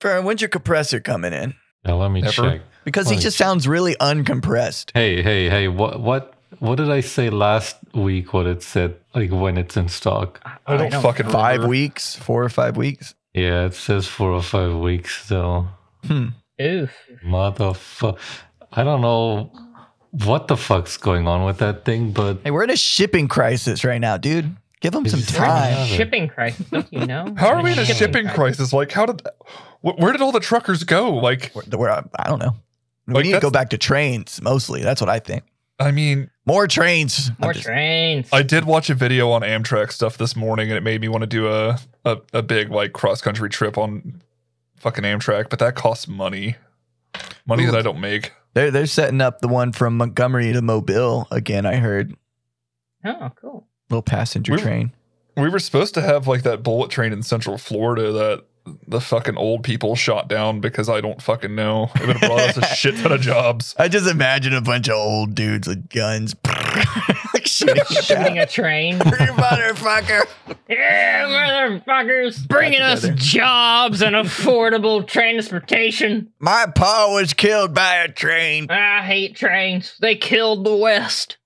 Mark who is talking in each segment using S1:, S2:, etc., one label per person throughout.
S1: Farron, when's your compressor coming in?
S2: Now let me
S3: Never.
S2: check.
S1: Because he
S2: Like-
S1: just sounds really uncompressed.
S2: Hey, hey, hey! What, what, what did I say last week? What it said, like when it's in stock?
S3: I don't fucking
S1: Five
S3: remember.
S1: weeks, four or five weeks.
S2: Yeah, it says four or five weeks still.
S1: Hmm.
S4: Oof.
S2: Motherfuck! I don't know what the fuck's going on with that thing, but
S1: Hey, we're in a shipping crisis right now, dude. Give him
S2: Is
S1: some
S2: this-
S1: time.
S2: Love it.
S4: Shipping crisis, don't you know?
S3: How are we in a shipping crisis? Like, how did, wh- where did all the truckers go? Like,
S1: We're, we're- I don't know. We
S3: Like,
S1: need to go
S3: that's-
S1: back to trains mostly. That's what I think.
S3: I mean,
S1: More trains. I'm
S4: More
S1: just-
S4: trains.
S3: I did watch a video on Amtrak stuff this morning, and it made me want to do a a, a big like cross country trip on fucking Amtrak, but that costs money, money
S1: Ooh.
S3: that I don't make.
S1: They're they're setting up the one from Montgomery to Mobile again. I heard
S4: oh, cool.
S1: little passenger
S3: We-
S1: train.
S3: We were supposed to have like that bullet train in Central Florida that the fucking old people shot down because I don't fucking know. It would have brought us a shit ton of jobs.
S1: I just imagine a bunch of old dudes with guns, like shooting
S4: Shooting a train.
S1: motherfucker.
S4: Yeah, motherfuckers, bringing us
S1: together.
S4: jobs and affordable transportation.
S1: My pa was killed by a train.
S4: I hate trains. They killed the West.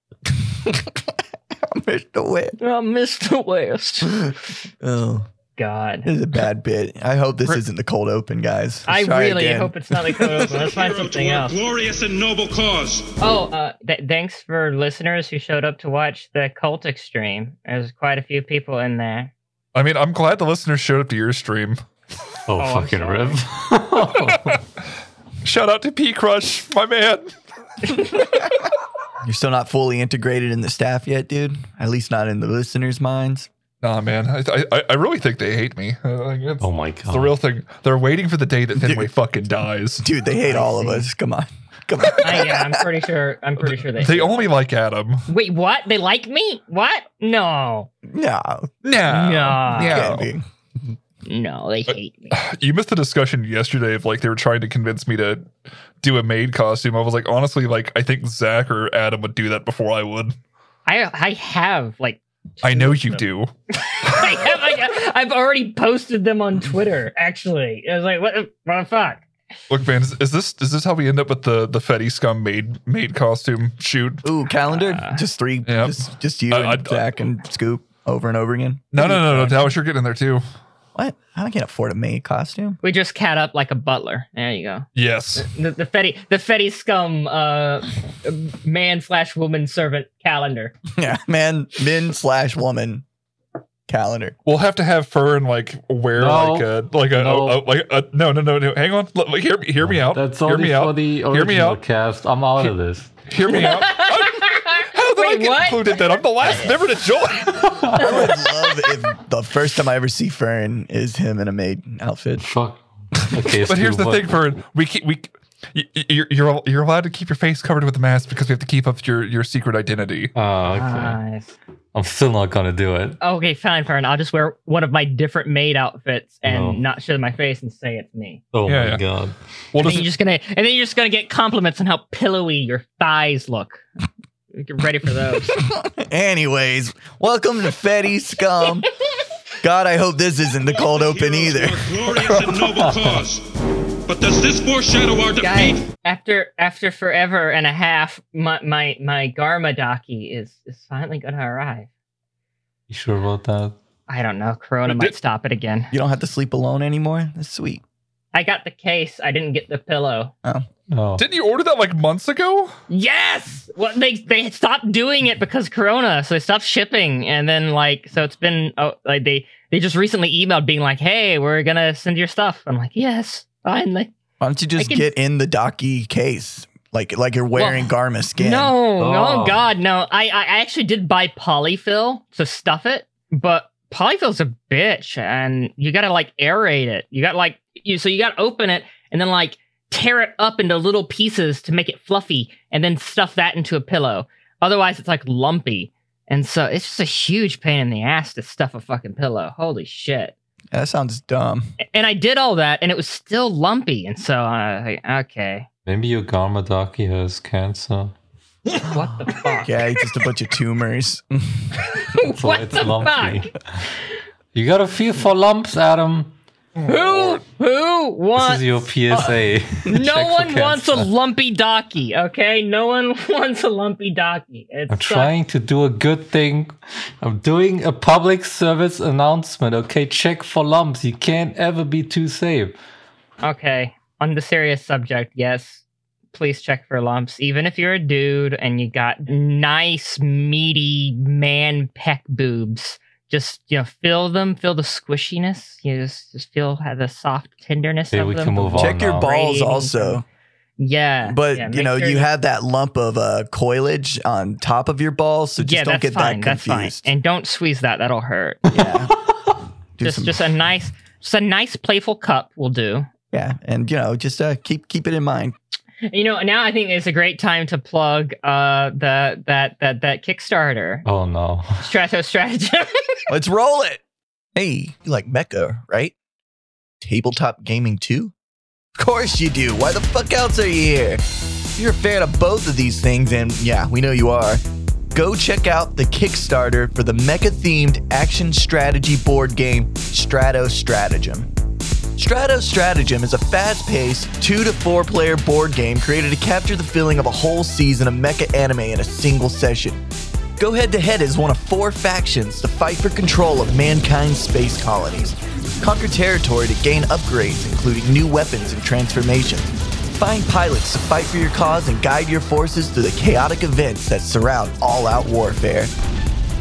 S1: Mr. Wet.
S4: I miss the West.
S1: Oh,
S4: God.
S1: this is a bad bit. I hope this
S3: Re-
S1: isn't the cold open, guys.
S4: I
S1: Let's try
S4: really
S1: again.
S4: hope it's not like Let's find
S5: Hero to
S4: something
S5: our
S4: else.
S5: Glorious and noble cause.
S4: Oh, uh, th- thanks for listeners who showed up to watch the cult extreme. There's quite a few people in there.
S3: I mean, I'm glad the listeners showed up to your stream.
S2: oh,
S4: I'm
S2: fucking
S4: sorry.
S2: rip!
S3: Shout out to P Crush, my man.
S1: You're still not fully integrated in the staff yet, dude. At least not in the listeners' minds.
S3: Nah, man, I I, I really think they hate me. Uh, like, it's,
S2: oh my
S3: it's
S2: god!
S3: the real thing. They're waiting for the day that Fenway fucking dies.
S1: Dude, they hate
S4: I
S1: all of
S4: see.
S1: us. Come on. Come on.
S4: I, yeah, I'm pretty sure. I'm pretty sure they.
S3: They only like Adam.
S4: Wait, what? They like me? What? No,
S1: No.
S3: No.
S4: No.
S1: Can't
S3: No.
S1: be.
S4: no, they hate me.
S3: You missed the discussion yesterday of like they were trying to convince me to do a maid costume. I was like, honestly, like I think Zach or Adam would do that before I would.
S4: I I have like.
S3: I
S4: two
S3: know
S4: of
S3: you
S4: them.
S3: do.
S4: I have. I, I've already posted them on Twitter. Actually, I was like, what? What the fuck?
S3: Look, man, is, is this is this how we end up with the the Fetty Scum maid maid costume shoot?
S1: Ooh, calendar?
S4: Uh,
S1: just three.
S3: yep.
S1: Just, just you
S3: I-
S1: and
S3: I'd-
S1: Zach and Scoop over and over again.
S3: No, no, no, no. Dallas, you're getting there too.
S1: What? I can't afford a maid costume.
S4: We just cat up like a butler. There you go.
S3: Yes.
S4: The the fetty the fetty scum uh man slash woman servant calendar.
S1: Yeah, man. Men slash woman calendar.
S3: We'll have to have Fern like wear
S2: No.
S3: like a like a,
S2: No.
S3: a- like a no no no no. Hang on, Let- let- hear me hear me out.
S2: That's
S3: hear
S2: only
S3: me
S2: for
S3: out.
S2: the
S3: Hear me
S2: original
S3: out.
S2: cast. I'm out of this.
S3: Hear me out. How did I
S4: Wait,
S3: get
S4: what?
S3: included? That I'm the last never to join.
S1: I would love if the first time I ever see Fern is him in a maid outfit.
S2: Fuck. Okay,
S3: But here's
S2: Stu,
S3: the
S2: what-
S3: thing, Fern. We keep we. y- y- You're, you're you're allowed to keep your face covered with a mask because we have to keep up your, your secret identity.
S2: Oh, okay.
S3: Ah.
S4: Nice.
S2: I'm still not gonna do it.
S4: Okay, fine, Fern. I'll just wear one of my different maid outfits and
S3: Oh.
S2: No.
S4: not show my face and say it's me.
S2: Oh
S3: Yeah,
S2: my
S3: yeah.
S2: god.
S3: We'll
S4: And then you're
S3: just
S4: just gonna and then you're just gonna get compliments on how pillowy your thighs look. Get ready for those.
S1: Anyways, welcome to Fetty Scum. God, I hope this isn't the cold open
S5: Hero to
S1: either.
S5: our Glorious and noble cause. But does this foreshadow our defeat?
S4: Guys, after after forever and a half, my my my Garmadaki is is finally gonna arrive.
S2: You sure about that?
S4: I don't know. Corona might stop it again.
S1: You don't have to sleep alone anymore. That's sweet.
S4: I got the case. I didn't get the pillow.
S2: Oh.
S3: didn't you order that like months ago?
S4: Yes. Well, they they stopped doing it because Corona, so they stopped shipping, and then like so it's been oh like they they just recently emailed being like, hey, we're gonna send your stuff. I'm like, yes, finally.
S1: Why don't you just
S4: can-
S1: get in the docky case, like like you're wearing Garma skin?
S4: No, oh.
S2: Oh.
S4: God, no. I I actually did buy polyfill to stuff it, but polyfill's a bitch, and you gotta like aerate it. You got like you so you gotta open it and then like tear it up into little pieces to make it fluffy, and then stuff that into a pillow. Otherwise, it's like lumpy, and so it's just a huge pain in the ass to stuff a fucking pillow. Holy shit!
S1: that sounds dumb.
S4: And I did all that, and it was still lumpy, and so uh, I like, okay,
S2: Maybe your Garmadaki has cancer.
S4: what the fuck?
S1: Yeah, it's just a bunch of tumors.
S2: That's why it's lumpy. You gotta feel for lumps, Adam.
S4: Who who
S2: This
S4: wants?
S2: is your PSA. Check
S4: Uh, no
S2: for
S4: one wants a
S2: cancer.
S4: lumpy docky. Okay, no one wants a lumpy docky. It's
S2: I'm trying to do a good thing. I'm doing a public service announcement. Okay, check for lumps. You can't ever be too safe.
S4: uh, Okay. On the serious subject, yes. Please check for lumps. Even if you're a dude and you got nice, meaty man peck boobs, just you know, feel them, feel the squishiness. You just, just feel how the soft tenderness
S2: Okay,
S4: of
S2: we
S4: them.
S2: can move on.
S1: Check your
S2: now.
S4: ball-
S1: balls
S4: Radiating
S1: also.
S4: Yeah.
S1: But
S4: yeah,
S1: you
S4: make
S1: know,
S4: sure
S1: you have that lump of uh, coilage on top of your balls, so just
S4: yeah,
S1: don't
S4: that's
S1: get
S4: fine.
S1: that
S4: That's
S1: confused.
S4: fine. And don't squeeze that. That'll hurt.
S1: yeah. Do
S4: just
S1: some-
S4: just a nice just a nice playful cup will do.
S1: yeah, and you know, just uh, keep keep it in mind.
S4: You know, now I think it's a great time to plug uh the that that that Kickstarter.
S2: Oh no.
S4: Strato stratagem.
S1: Let's roll it. Hey, you like Mecha, right? Tabletop gaming too? Of course you do. Why the fuck else are you here? If you're a fan of both of these things, and yeah, we know you are, go check out the Kickstarter for the mecha themed action strategy board game Strato Stratagem. Strato Stratagem is a fast paced, two to four player board game created to capture the feeling of a whole season of mecha anime in a single session. Go head to head as one of four factions to fight for control of mankind's space colonies. Conquer territory to gain upgrades, including new weapons and transformations. Find pilots to fight for your cause and guide your forces through the chaotic events that surround all out warfare.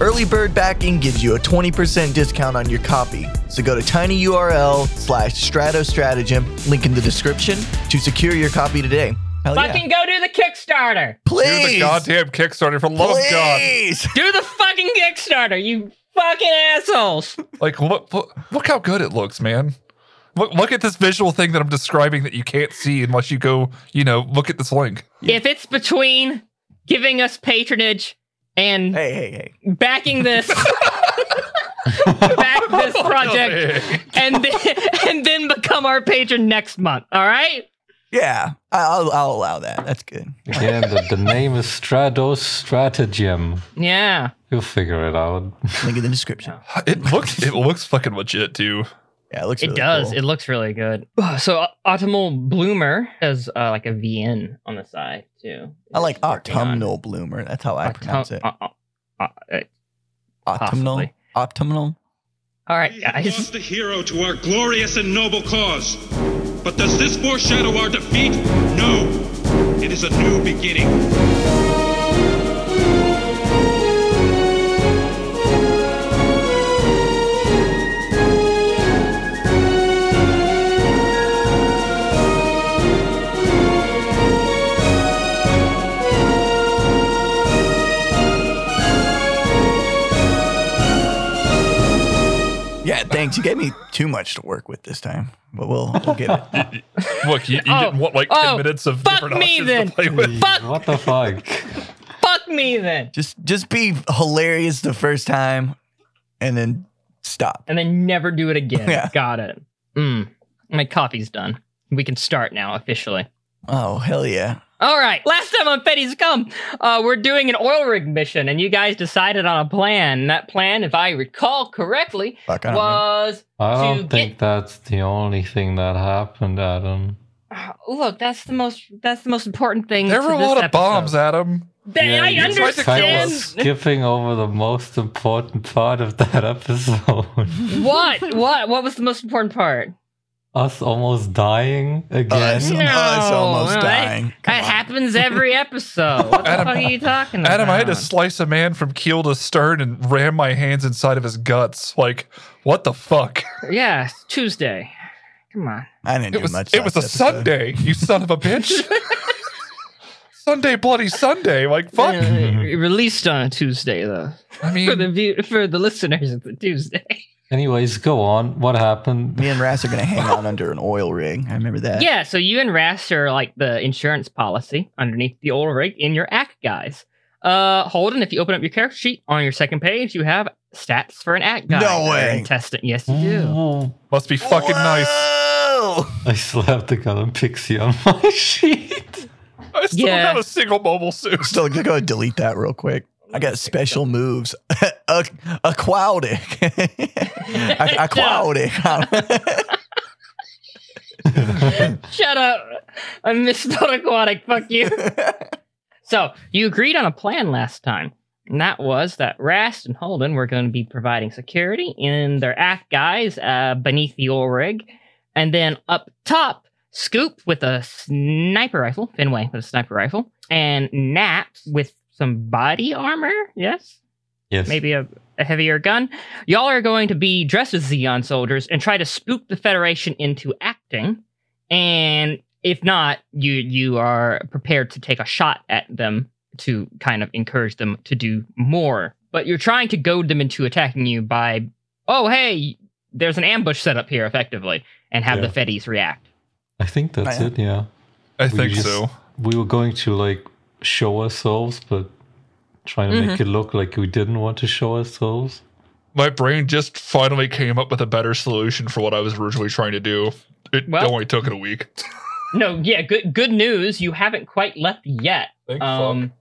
S1: Early bird backing gives you a 20% discount on your copy. So go to tinyurl slash stratostratagem, link in the description, to secure your copy today. Hell yeah.
S4: fucking go do the Kickstarter.
S3: Do the
S1: Please!
S3: goddamn Kickstarter for love of God!
S1: please!
S4: Do the fucking Kickstarter, you fucking assholes.
S3: Like look, look, look how good it looks, man. Look, look at this visual thing that I'm describing that you can't see unless you go, you know, look at this link.
S4: If it's between giving us patronage and
S1: Hey, hey, hey.
S4: backing this back this project and then, and then become our patron next month, all right?
S1: Yeah, I- I'll, I'll allow that. That's good.
S2: Again, the, the name is Stratos Stratagem.
S4: Yeah.
S2: You'll figure it out.
S1: Link in the description.
S3: It looks, it looks fucking legit too.
S1: Yeah, it looks.
S4: It
S1: really
S4: does.
S1: cool.
S4: It looks really good. So uh, Autumnal Bloomer has uh, like a VN on the side too.
S1: I like
S4: Working on-
S1: autumnal bloomer. That's how I
S4: Autum-
S1: pronounce it.
S4: uh, uh, uh, uh,
S1: Autumnal.
S4: possibly.
S1: Autumnal.
S4: all right,
S5: We have
S4: guys.
S5: lost a hero to our glorious and noble cause. But does this foreshadow our defeat? No. It is a new beginning.
S1: Yeah, thanks. You gave me too much to work with this time, but we'll, we'll get it.
S3: Look, you, you
S4: Oh,
S3: didn't want like 10
S4: oh,
S3: minutes of
S4: fuck
S3: different
S4: me
S3: options
S4: then.
S3: to play with.
S1: Mm.
S4: Fuck.
S2: What the fuck?
S4: Fuck me then.
S1: Just just be hilarious the first time, and then stop.
S4: and then never do it again.
S1: Yeah.
S4: Got it. Mm. My copy's done. We can start now officially.
S1: Oh hell yeah!
S4: All right. Last time on Fetty's Come, uh, we're doing an oil rig mission, and you guys decided on a plan. And that plan, if I recall correctly,
S1: Fuck. I don't know.
S4: was
S2: I
S4: To
S2: don't think that's the only thing that happened, Adam.
S4: look. That's the most. That's the most important thing.
S3: There
S4: to
S3: were a
S4: this
S3: lot of
S4: episode.
S3: bombs, Adam.
S4: They-
S2: Yeah,
S4: I
S2: you
S3: tried to kill
S2: Kind of
S3: us.
S4: understand.
S2: skipping over the most important part of that episode.
S4: what? What? What was the most important part?
S2: Us almost dying again.
S1: Us, us
S4: No,
S1: almost
S4: no, that-
S1: dying. Come
S4: That
S1: on.
S4: happens every episode. What the
S3: Adam-
S4: fuck are you talking about?
S3: Adam, I had to slice a man from keel to stern and ram my hands inside of his guts. Like, what the fuck?
S4: Yeah, it's Tuesday. Come on.
S1: I didn't
S3: It
S1: do
S3: was
S1: much.
S3: it was a
S1: last episode.
S3: Sunday, you son of a bitch. Sunday bloody Sunday. Like fuck.
S4: Uh, released on a Tuesday though.
S3: I
S4: For the
S3: mean
S4: view, for the listeners, it's a Tuesday.
S2: Anyways, go on. What happened?
S1: Me and Rass are gonna hang out under an oil rig. I remember that.
S4: Yeah, so you and Rast are like the insurance policy underneath the old rig in your act, guys. Uh, Holden, if you open up your character sheet on your second page, you have stats for an act guy.
S1: No
S4: or
S1: way.
S4: Intestine. Yes, you do.
S2: Ooh,
S3: must be fucking nice.
S1: Whoa!
S2: I slapped the column pixie on my sheet.
S3: I still
S4: Yeah.
S3: have a single mobile suit.
S1: Still, gonna go delete that real quick. I got special moves. Aquatic. Aquatic.
S4: Shut up. I'm Mr. Aquatic. Fuck you. so, you agreed on a plan last time. And that was that Rast and Holden were going to be providing security in their aft guys uh, beneath the oil rig. And then up top, Scoop with a sniper rifle, Finway with a sniper rifle, and Naps with some body armor. Yes?
S2: yes.
S4: maybe a, a heavier gun. Y'all are going to be dressed as Xeon soldiers and try to spook the Federation into acting. And if not, you you are prepared to take a shot at them to kind of encourage them to do more. But you're trying to goad them into attacking you by, oh hey, there's an ambush set up here, effectively, and have
S2: Yeah.
S4: the Feddies react.
S2: I think that's
S1: Oh, Yeah.
S2: it. Yeah.
S3: I
S2: We
S3: think
S2: just-
S3: so.
S2: We were going to like show ourselves, but trying to
S3: Mm-hmm.
S2: make it look like we didn't want to show ourselves.
S3: My brain just finally came up with a better solution for what I was originally trying to do. It
S4: Well-
S3: only took it a week.
S4: No, yeah, good good news. You haven't quite left yet.
S3: Thank
S4: Um,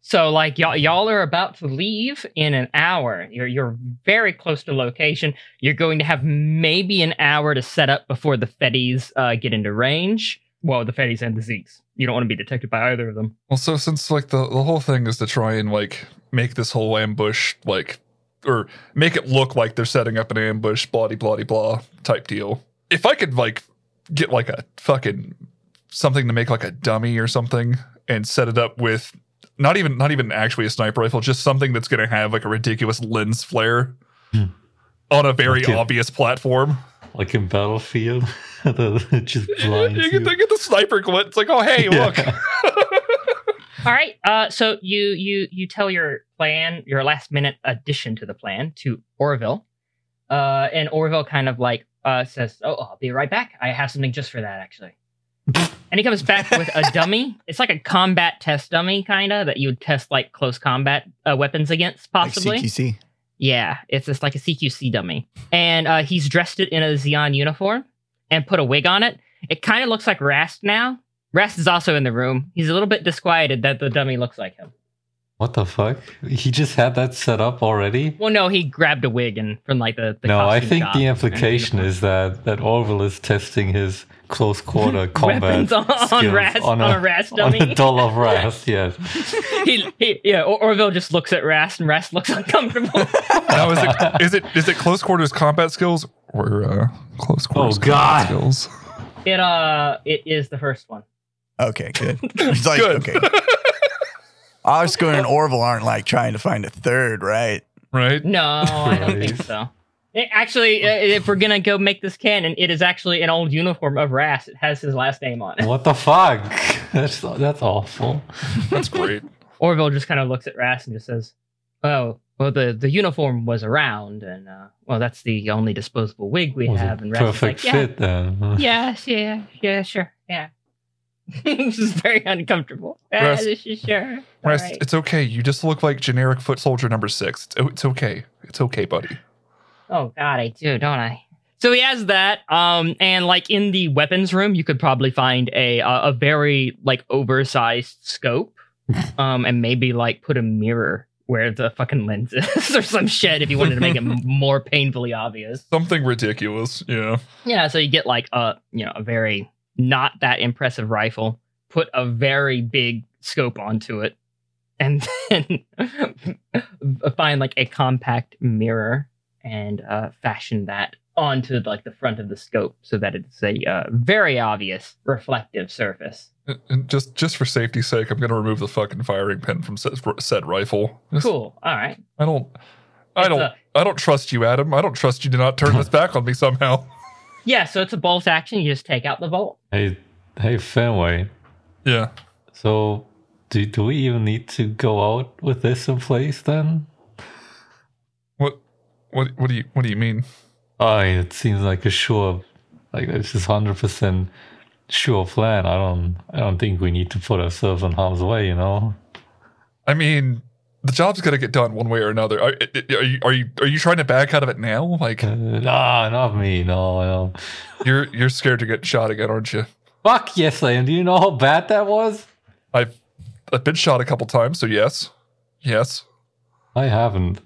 S4: so like y'all y'all are about to leave in an hour. You're you're very close to location. You're going to have maybe an hour to set up before the Feddies uh, get into range. Well, the Feddies and the Zeeks. You don't want to be detected by either of them.
S3: Well, so since like the, the whole thing is to try and like make this whole ambush like or make it look like they're setting up an ambush, blah de blah de blah type deal. If I could like get like a fucking something to make like a dummy or something and set it up with not even not even actually a sniper rifle, just something that's gonna have like a ridiculous lens flare
S2: Hmm.
S3: on a very
S2: Okay.
S3: obvious platform.
S2: Like in Battlefield, that just blinds
S3: you
S2: you.
S3: can think of the sniper glint. It's like, oh hey,
S2: Yeah.
S3: look.
S4: All right. Uh, so you you you tell your plan, your last minute addition to the plan to Orville, uh, and Orville kind of like uh, says, "Oh, I'll be right back. I have something just for that, actually." and he comes back with a dummy. It's like a combat test dummy, kind of that you would test like close combat uh, weapons against,
S1: Like
S4: possibly.
S1: CQC.
S4: yeah, it's just like a CQC dummy, and uh, he's dressed it in a Xeon uniform and put a wig on it. It kind of looks like Rast now. Rast is also in the room. He's a little bit disquieted that the dummy looks like him.
S2: What the fuck? He just had that set up already?
S4: Well, no, he grabbed a wig and from like the. the
S2: no, I
S4: costume
S2: think
S4: shop
S2: the
S4: and
S2: implication
S4: uniform.
S2: is that that Orville is testing his close quarter combat
S4: weapons on, on
S2: skills
S4: Rast on
S2: on
S4: a,
S2: a-
S4: Rast
S2: on
S4: dummy.
S2: a doll of wrath. Yes.
S4: he, he, yeah, or- Orville just looks at Rast and Rast looks uncomfortable.
S3: Now is it is it is it close quarters combat skills or uh, close quarters
S2: God.
S3: combat skills?
S4: it uh, it is the first one.
S1: Okay, good. It's like,
S3: Good.
S1: okay. Oscar and Orville aren't like trying to find a third, right?
S3: Right?
S4: No, I don't think
S2: Right.
S4: so. It- actually, uh, if we're gonna go make this canon, it is actually an old uniform of Rast. It has his last name on it.
S2: What the fuck? That's that's awful.
S3: That's great.
S4: Orville just kind of looks at Rast and just says, "Oh, well, the the uniform was around, and uh, well, that's the only disposable wig we
S2: Was a
S4: have." And Rast is
S2: perfect
S4: like, "Yeah,
S2: fit then.
S4: Yes, yeah, yeah, sure, yeah. this is very uncomfortable. Uh,
S3: Rest-
S4: this is sure. all
S3: Rest,
S4: right.
S3: it's okay. You just look like generic foot soldier number six. It's, oh, it's okay. It's okay, buddy.
S4: Oh God, I do, don't I? So he has that, um, and like in the weapons room, you could probably find a uh, a very like oversized scope, um, and maybe like put a mirror where the fucking lens is or some shit if you wanted to make it m- more painfully obvious.
S3: Something ridiculous. Yeah.
S4: Yeah, so you get like a you know a very not that impressive rifle, put a very big scope onto it, and then find like a compact mirror and uh, fashion that onto like the front of the scope so that it's a uh, very obvious reflective surface.
S3: And- And just just for safety's sake, I'm gonna remove the fucking firing pin from said, said rifle. Just-
S4: Cool. All right.
S3: I don't. I
S4: It's
S3: don't.
S4: a-
S3: I don't trust you, Adam. I don't trust you to not turn this back on me somehow.
S4: yeah, so it's a bolt action. You just take out the bolt.
S2: Hey, hey, Fenway.
S3: Yeah.
S2: So, do do we even need to go out with this in place then?
S3: What? What? What do you? What do you mean?
S2: I mean, Oh, it seems like a sure, like this is hundred percent sure plan. I don't, I don't think we need to put ourselves in harm's way. You know,
S3: I mean, the job's gonna get done one way or another. Are, are you are you are you trying to back out of it now? Like
S2: uh, nah, not me. No, no.
S3: you're you're scared to get shot again, aren't you?
S2: Fuck yes, I am. Do you know how bad that was?
S3: I've I've been shot a couple times, so yes, yes.
S2: I haven't.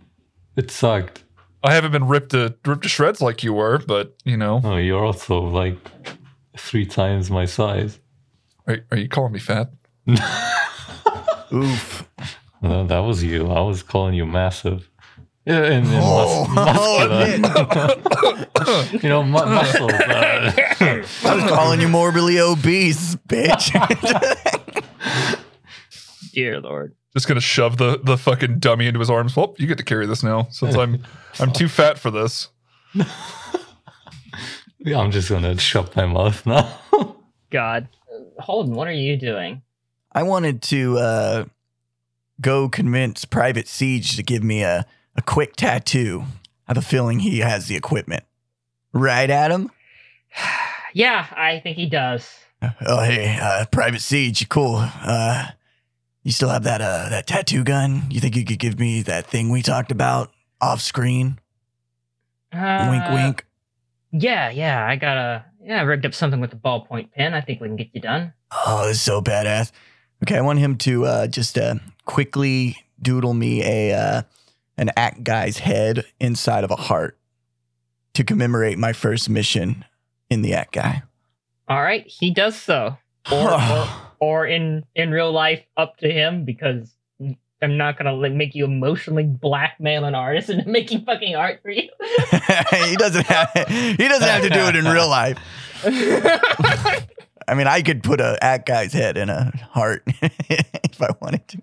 S2: It sucked.
S3: I haven't been ripped to ripped to shreds like you were, but you know,
S2: Oh, you're also like three times my size.
S3: Are, are you calling me fat?
S1: Oof.
S2: No, Uh, that was you. I was calling you massive. Yeah, and, and
S1: Oh,
S2: mus-
S3: oh,
S2: muscular. you know, mu- muscle. uh,
S1: I was calling you morbidly obese, bitch.
S4: Dear Lord.
S3: Just gonna shove the the fucking dummy into his arms. Well, you get to carry this now, since I'm I'm too fat for this.
S2: yeah, I'm just gonna shut my mouth now.
S4: God. Holden, what are you doing?
S1: I wanted to uh, go convince Private Siege to give me a, a quick tattoo. I have a feeling he has the equipment. Right, Adam?
S4: yeah, I think he does.
S1: Oh hey, uh, Private Siege, cool. Uh, you still have that uh, that tattoo gun? You think you could give me that thing we talked about off screen?
S4: Uh,
S1: wink, wink.
S4: Yeah, yeah, I got to Yeah, I rigged up something with the ballpoint pen. I think we can get you done.
S1: Oh, this is so badass. Okay, I want him to uh, just uh, quickly doodle me a uh, an act guy's head inside of a heart to commemorate my first mission in the act guy.
S4: All right, he does so. Or, or, or in in real life, up to him because I'm not gonna like, make you emotionally blackmail an artist into making fucking art for you.
S1: he doesn't have he doesn't have to do it in real life. I mean, I could put a at guy's head in a heart if I wanted to.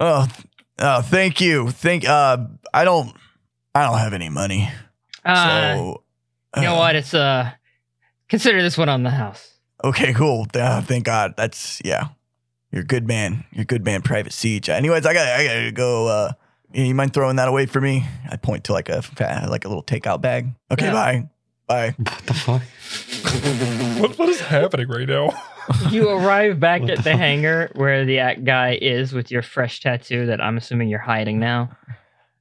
S1: oh, th- oh, thank you. Thank. Uh, I don't. I don't have any money.
S4: uh,
S1: so,
S4: you know
S1: uh,
S4: what? It's uh, consider this one on the house.
S1: Okay, cool. Uh, thank God. That's yeah. You're a good man. You're a good man, Private Siege. Anyways, I gotta, I gotta go. Uh, you mind throwing that away for me? I point to like a fa- like a little takeout bag. Okay,
S4: Yeah.
S1: bye, bye.
S2: what the fuck?
S3: What, what is happening right now?
S4: You arrive back
S2: What
S4: at
S2: the-
S4: the hangar where the act guy is with your fresh tattoo that I'm assuming you're hiding now.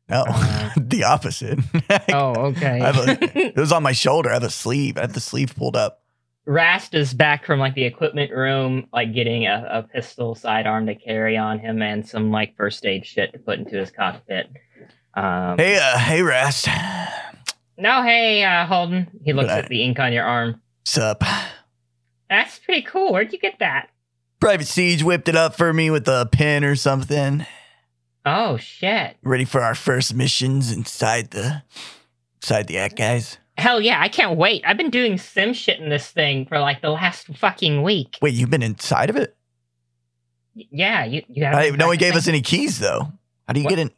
S1: No,
S4: Uh,
S1: the opposite.
S4: oh, okay.
S1: I have It was on my shoulder. I have a sleeve. I have the sleeve pulled up.
S4: Rast is back from like the equipment room, like getting a, a pistol sidearm to carry on him and some like first aid shit to put into his cockpit. Um,
S1: Hey, uh, hey, Rast.
S4: No, hey, uh, Holden. He looks
S1: But I-
S4: at the ink on your arm.
S1: Sup?
S4: That's pretty cool. Where'd you get that?
S1: Private Siege whipped it up for me with a pen or something.
S4: Oh shit!
S1: Ready for our first missions inside the inside the act, guys.
S4: Hell yeah! I can't wait. I've been doing sim shit in this thing for like the last fucking week.
S1: Wait, you've been inside of it?
S4: Y- Yeah, you. you
S1: I,
S4: haven't-
S1: no one gave us any keys though. How do you
S4: What?
S1: get in?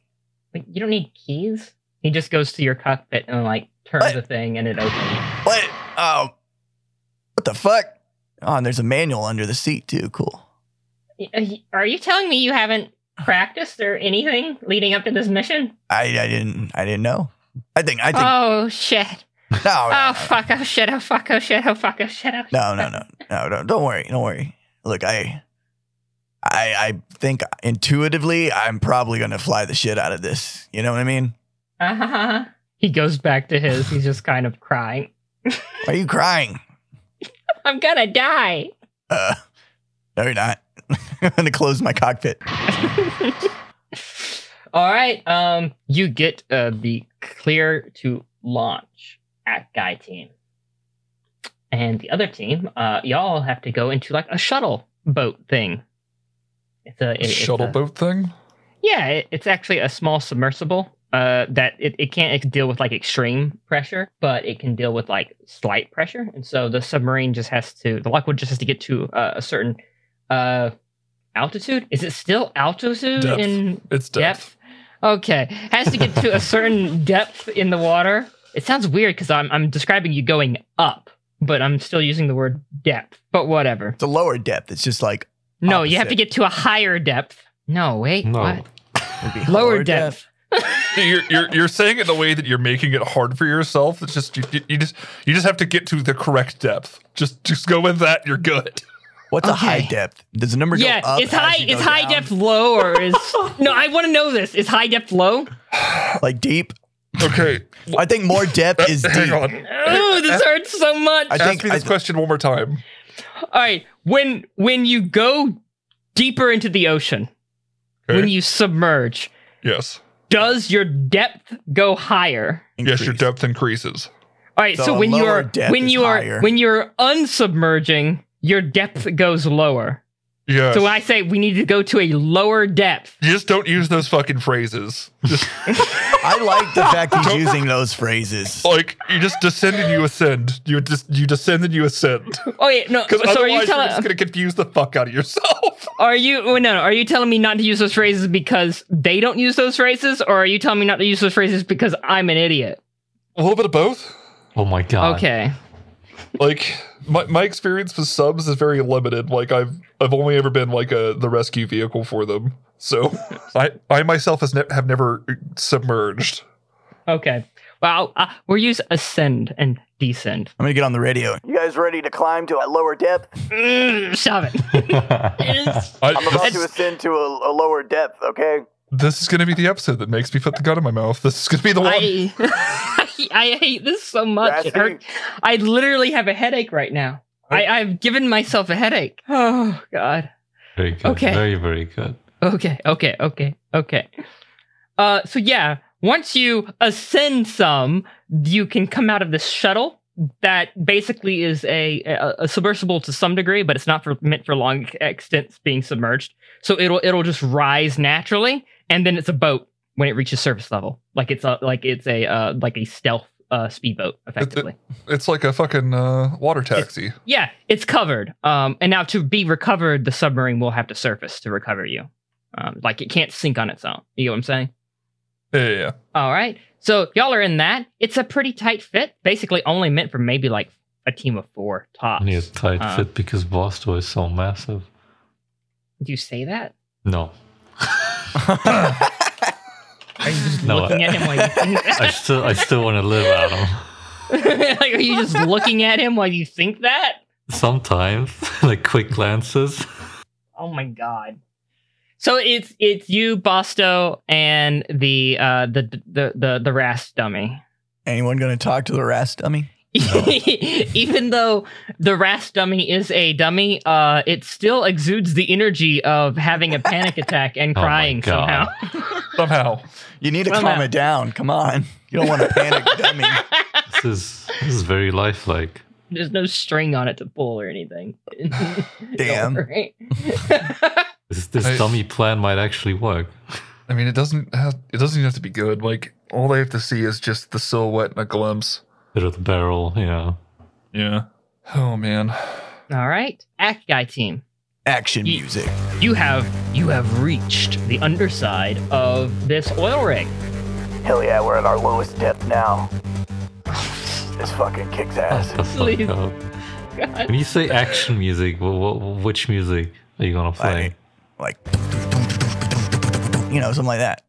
S4: Wait, You don't need keys. He just goes to your cockpit and like turns
S1: What?
S4: the thing and it opens.
S1: What? Oh, what the fuck? Oh, and there's a manual under the seat too. Cool.
S4: Y- uh, y- Are you telling me you haven't practiced or anything leading up to this mission?
S1: I, I didn't I didn't know. I think I think
S4: Oh shit!
S1: no, no,
S4: Oh fuck! Oh shit! Oh fuck! Oh shit! Oh fuck! Oh shit! Oh shit.
S1: No, no, no, no, no. Don't worry. Don't worry. Look, I, I, I think intuitively, I'm probably gonna fly the shit out of this. You know what I mean?
S4: Uh-huh. He goes back to his. He's just kind of crying.
S1: Why are you crying?
S4: I'm gonna die.
S1: Uh, no, you're not. I'm gonna close my cockpit.
S4: All right. Um, you get uh, the clear to launch at guy team, and the other team, uh, y'all have to go into like a shuttle boat thing. It's a it- it's
S3: Shuttle
S4: a-
S3: boat thing?
S4: Yeah, it, it's actually a small submersible. Uh, that it, it can't ex- deal with like extreme pressure, but it can deal with like slight pressure. And so the submarine just has to, the Lockwood just has to get to uh, a certain uh, altitude. Is it still altitude
S3: Depth.
S4: in
S3: It's death.
S4: depth? Okay, has to get to a certain depth in the water. It sounds weird because I'm I'm describing you going up, but I'm still using the word depth. But whatever.
S1: It's a lower depth. It's just like
S4: No, you have to
S1: Opposite.
S4: get to a higher depth. No, wait,
S2: No.
S4: what?
S1: it'd be
S4: Lower, depth.
S3: You're, you're you're saying it the way that you're making it hard for yourself. It's just you, you- you just you just have to get to the correct depth. Just just go with that. You're good.
S1: What's a high
S4: Okay.
S1: depth? Does the number
S4: yeah,
S1: go up?
S4: is
S1: as
S4: high
S1: you go
S4: is high
S1: down?
S4: depth low or is no? I want to know this. Is high depth low?
S1: Like deep?
S3: Okay,
S1: I think more depth is
S3: hang
S1: deep.
S3: on.
S4: Oh, this hurts so much.
S1: I
S3: Ask
S1: think-
S3: me
S1: I
S3: this
S1: th-
S3: question one more time.
S4: All right, when when you go deeper into the ocean,
S3: Okay.
S4: when you submerge,
S3: yes,
S4: does your depth go higher?
S3: yes, your
S1: Increase.
S3: depth increases.
S4: All right,
S1: So
S4: so,
S1: a
S4: when you
S1: lower
S4: are
S1: depth
S4: when
S1: is
S4: you are
S1: higher.
S4: when you're unsubmerging, your depth goes lower.
S3: Yeah.
S4: So when I say we need to go to a lower depth,
S3: you just don't use those fucking phrases. Just
S1: I like the fact he's using those phrases.
S3: like you just descend and you ascend. You just you descend and you ascend.
S4: oh yeah, no.
S3: Because
S4: So are
S3: otherwise
S4: you
S3: you are just
S4: telling
S3: gonna confuse the fuck out of yourself.
S4: are you well, no no, are you telling me not to use those phrases because they don't use those phrases, or are you telling me not to use those phrases because I'm an idiot?
S3: A little bit of both.
S2: Oh my god.
S4: Okay.
S3: Like my, my experience with subs is very limited. Like I've I've only ever been like a the rescue vehicle for them. So I I myself has ne- have never submerged.
S4: Okay. Well, uh, we'll use ascend and descend.
S1: I'm gonna get on the radio. You guys ready to climb to a lower depth?
S4: Mm, stop it. It's-
S3: I,
S4: about
S3: this,
S4: to
S1: ascend to a, a lower depth. Okay.
S3: this is gonna be the episode that makes me put the gun in my mouth. This is gonna be the one.
S4: I, I hate this so much. It hurt- I literally have a headache right now. I, I've given myself a headache. Oh God.
S2: Very good.
S4: Okay.
S2: Very, very good.
S4: Okay, okay, okay, okay. Uh, so yeah, once you ascend some, you can come out of this shuttle that basically is a, a, a submersible to some degree, but it's not for, meant for long extents being submerged. So it'll it'll just rise naturally, and then it's a boat when it reaches surface level, like it's a like it's a uh, like a stealth uh, speedboat, effectively.
S3: It's like a fucking uh, water taxi.
S4: Yeah, it's covered. Um, and now to be recovered, the submarine will have to surface to recover you. Um, like it can't sink on its own. You get what I'm saying?
S3: Yeah, yeah, yeah.
S4: All right. So y'all are in that. It's a pretty tight fit. Basically, only meant for maybe like a team of four tops.
S2: I need a tight
S4: Uh,
S2: fit because Boston is so massive.
S4: Do you say that?
S2: No.
S4: Are you just
S2: No,
S4: looking at him
S2: I
S4: like?
S2: still I still want to live, Adam.
S4: like, are you just looking at him while you think that?
S2: Sometimes. like quick glances.
S4: Oh my god. So it's it's you, Bosto, and the uh the the the the Rast dummy.
S1: Anyone gonna talk to the rest dummy?
S4: Even though the Rast dummy is a dummy, uh, it still exudes the energy of having a panic attack and
S2: Oh my
S4: crying
S2: God.
S4: somehow.
S3: Somehow.
S1: You need to
S4: Well,
S1: calm
S4: no.
S1: it down. Come on. You don't want to panic, dummy.
S2: This is this is very lifelike.
S4: There's no string on it to pull or anything. Don't
S1: Damn.
S4: worry.
S2: This this
S3: I-
S2: dummy plan might actually work.
S3: I mean, it doesn't have, it doesn't even have to be good. Like all they have to see is just the silhouette and a glimpse.
S2: Bit of the barrel, you know.
S3: Yeah. Oh man.
S4: All right, Act Guy team.
S1: Action
S4: Ye-
S1: music.
S4: You have you have reached the underside of this oil rig.
S1: Hell yeah, we're at our lowest depth now. This fucking kicks ass.
S2: What the fuck
S4: Please.
S2: up? When you say action music, wh- wh- which music are you gonna play?
S1: Like, you know, something like that.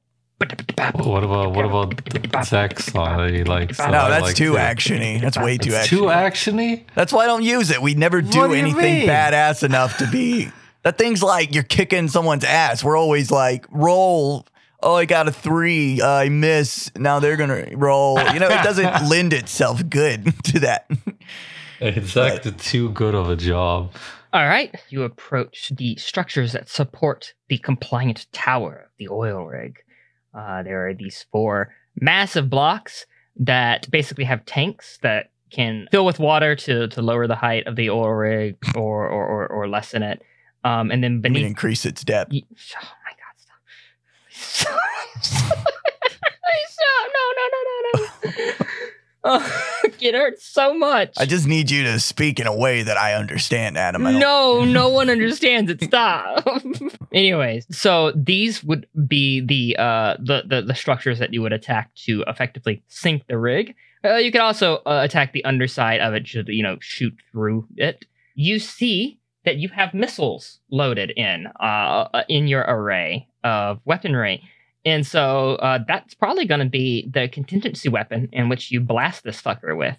S2: What about what about Zach's song that he likes? that
S1: No,
S2: Oh, I
S1: that's
S2: like
S1: too
S2: too?
S1: actiony. That's way too
S2: It's
S1: actiony.
S2: too actiony.
S1: That's why I don't use it. We never do,
S2: do you
S1: anything
S2: mean?
S1: badass enough to be. That thing's like you're kicking someone's ass. We're always like, roll. Oh, I got a three. Uh, I miss. Now they're going to roll. You know, it doesn't lend itself good to that.
S2: Zach did too good of a job.
S4: All right, you approach the structures that support the compliant tower of the oil rig. Uh, there are these four massive blocks that basically have tanks that can fill with water to, to lower the height of the oil rig or, or, or, or lessen it. Um, and then
S1: I mean,
S4: beneath
S1: increase its depth.
S4: Ye- oh my god, stop. Stop. stop. No, no, no, no, no. Oh, it hurts so much.
S1: I just need you to speak in a way that I understand, Adam. I don't-
S4: no, no one understands it. Stop. Anyways, so these would be the uh the, the the structures that you would attack to effectively sink the rig. Uh, you could also uh, attack the underside of it should you know shoot through it. You see that you have missiles loaded in uh in your array of weaponry. And so uh, that's probably going to be the contingency weapon in which you blast this fucker with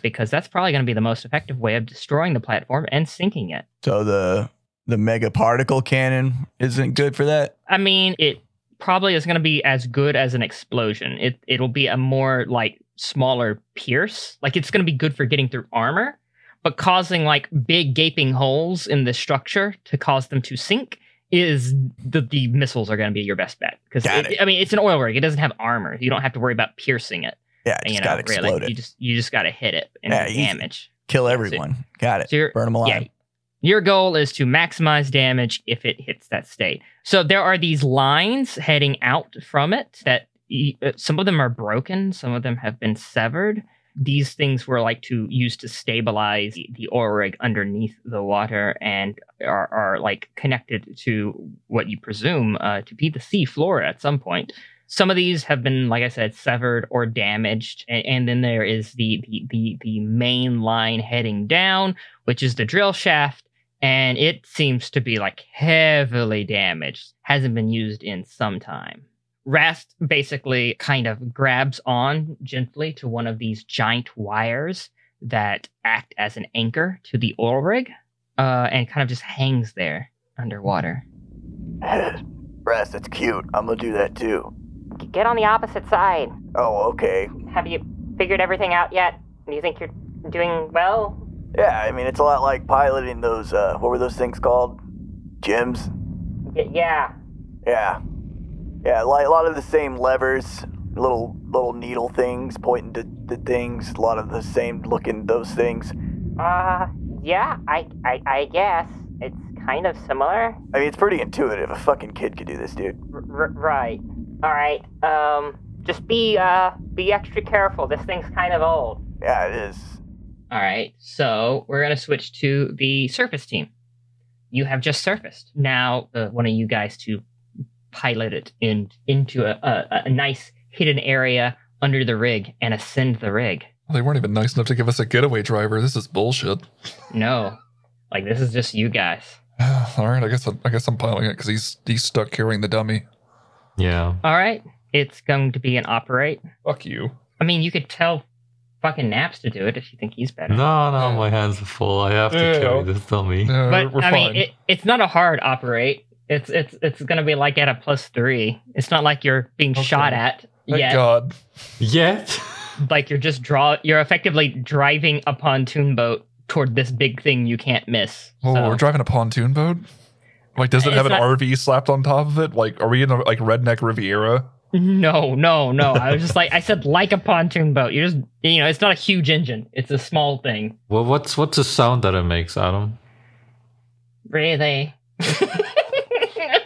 S4: because that's probably going to be the most effective way of destroying the platform and sinking it.
S1: So the the mega particle cannon isn't good for that.
S4: I mean, it probably is going to be as good as an explosion. It it'll be a more like smaller pierce. Like it's going to be good for getting through armor, but causing like big gaping holes in the structure to cause them to sink is the the missiles are going to be your best bet because
S1: Got it.
S4: I mean it's an oil rig. It doesn't have armor. You don't have to worry about piercing it.
S1: Yeah, just
S4: you know,
S1: gotta
S4: really.
S1: explode
S4: You
S1: it.
S4: just you just gotta hit it and
S1: Yeah,
S4: do
S1: easy.
S4: damage.
S1: Kill
S4: that's it.
S1: everyone. Got it.
S4: So you're-
S1: Burn them alive.
S4: Yeah. Your goal is to maximize damage if it hits that state. So there are these lines heading out from it that y- uh, some of them are broken, some of them have been severed. These things were like to use to stabilize the- the auric underneath the water and are, are like connected to what you presume uh, to be the sea flora at some point. Some of these have been, like I said, severed or damaged, and, and then there is the, the the the main line heading down which is the drill shaft, and it seems to be like heavily damaged, hasn't been used in some time. Rast basically kind of grabs on gently to one of these giant wires that act as an anchor to the oil rig uh, and kind of just hangs there underwater.
S1: Rest, that's cute. I'm gonna do that too.
S6: Get on the opposite side.
S1: Oh, okay.
S6: Have you figured everything out yet? Do you think you're doing well?
S1: Yeah, I mean it's a lot like piloting those uh what were those things called? Gyms?
S6: Y- yeah.
S1: Yeah. Yeah, like a lot of the same levers, little little needle things pointing to, to things, a lot of the same looking those things.
S6: Uh, yeah, I, I, I guess. It's kind of similar.
S1: I mean it's pretty intuitive. A fucking kid could do this, dude.
S6: R- r- right. All right. Um, just be, uh, be extra careful. This thing's kind of old.
S1: Yeah, it is.
S4: All right, so we're gonna switch to the surface team. You have just surfaced. Now, uh, one of you guys to pilot it in into a, a, a nice hidden area under the rig and ascend the rig.
S3: They weren't even nice enough to give us a getaway driver. This is bullshit.
S4: No, like this is just you guys.
S3: All right, I guess I, I guess I'm piling it because he's he's stuck carrying the dummy.
S2: Yeah.
S4: All right, it's going to be an operate.
S3: Fuck you.
S4: I mean, you could tell fucking Naps to do it if you think he's better.
S2: No, no, my hands are full. I have to
S3: Yeah.
S2: carry this dummy.
S3: No,
S4: but
S3: Uh, we're
S4: I
S3: fine.
S4: mean, it, it's not a hard operate. It's it's it's gonna be like at a plus three. It's not like you're being
S3: Okay.
S4: shot at
S3: Thank
S4: yet.
S3: God.
S2: Yet?
S4: like you're just draw you're effectively driving a pontoon boat toward this big thing you can't miss.
S3: Oh,
S4: So-
S3: we're driving a pontoon boat. Like, does it
S4: It's
S3: have an
S4: not-
S3: RV slapped on top of it? Like, are we in a, like redneck Riviera?
S4: no, no, no. I was just like I said like a pontoon boat. You're just you know, it's not a huge engine. It's a small thing.
S2: Well, what's what's the sound that it makes, Adam?
S4: Really?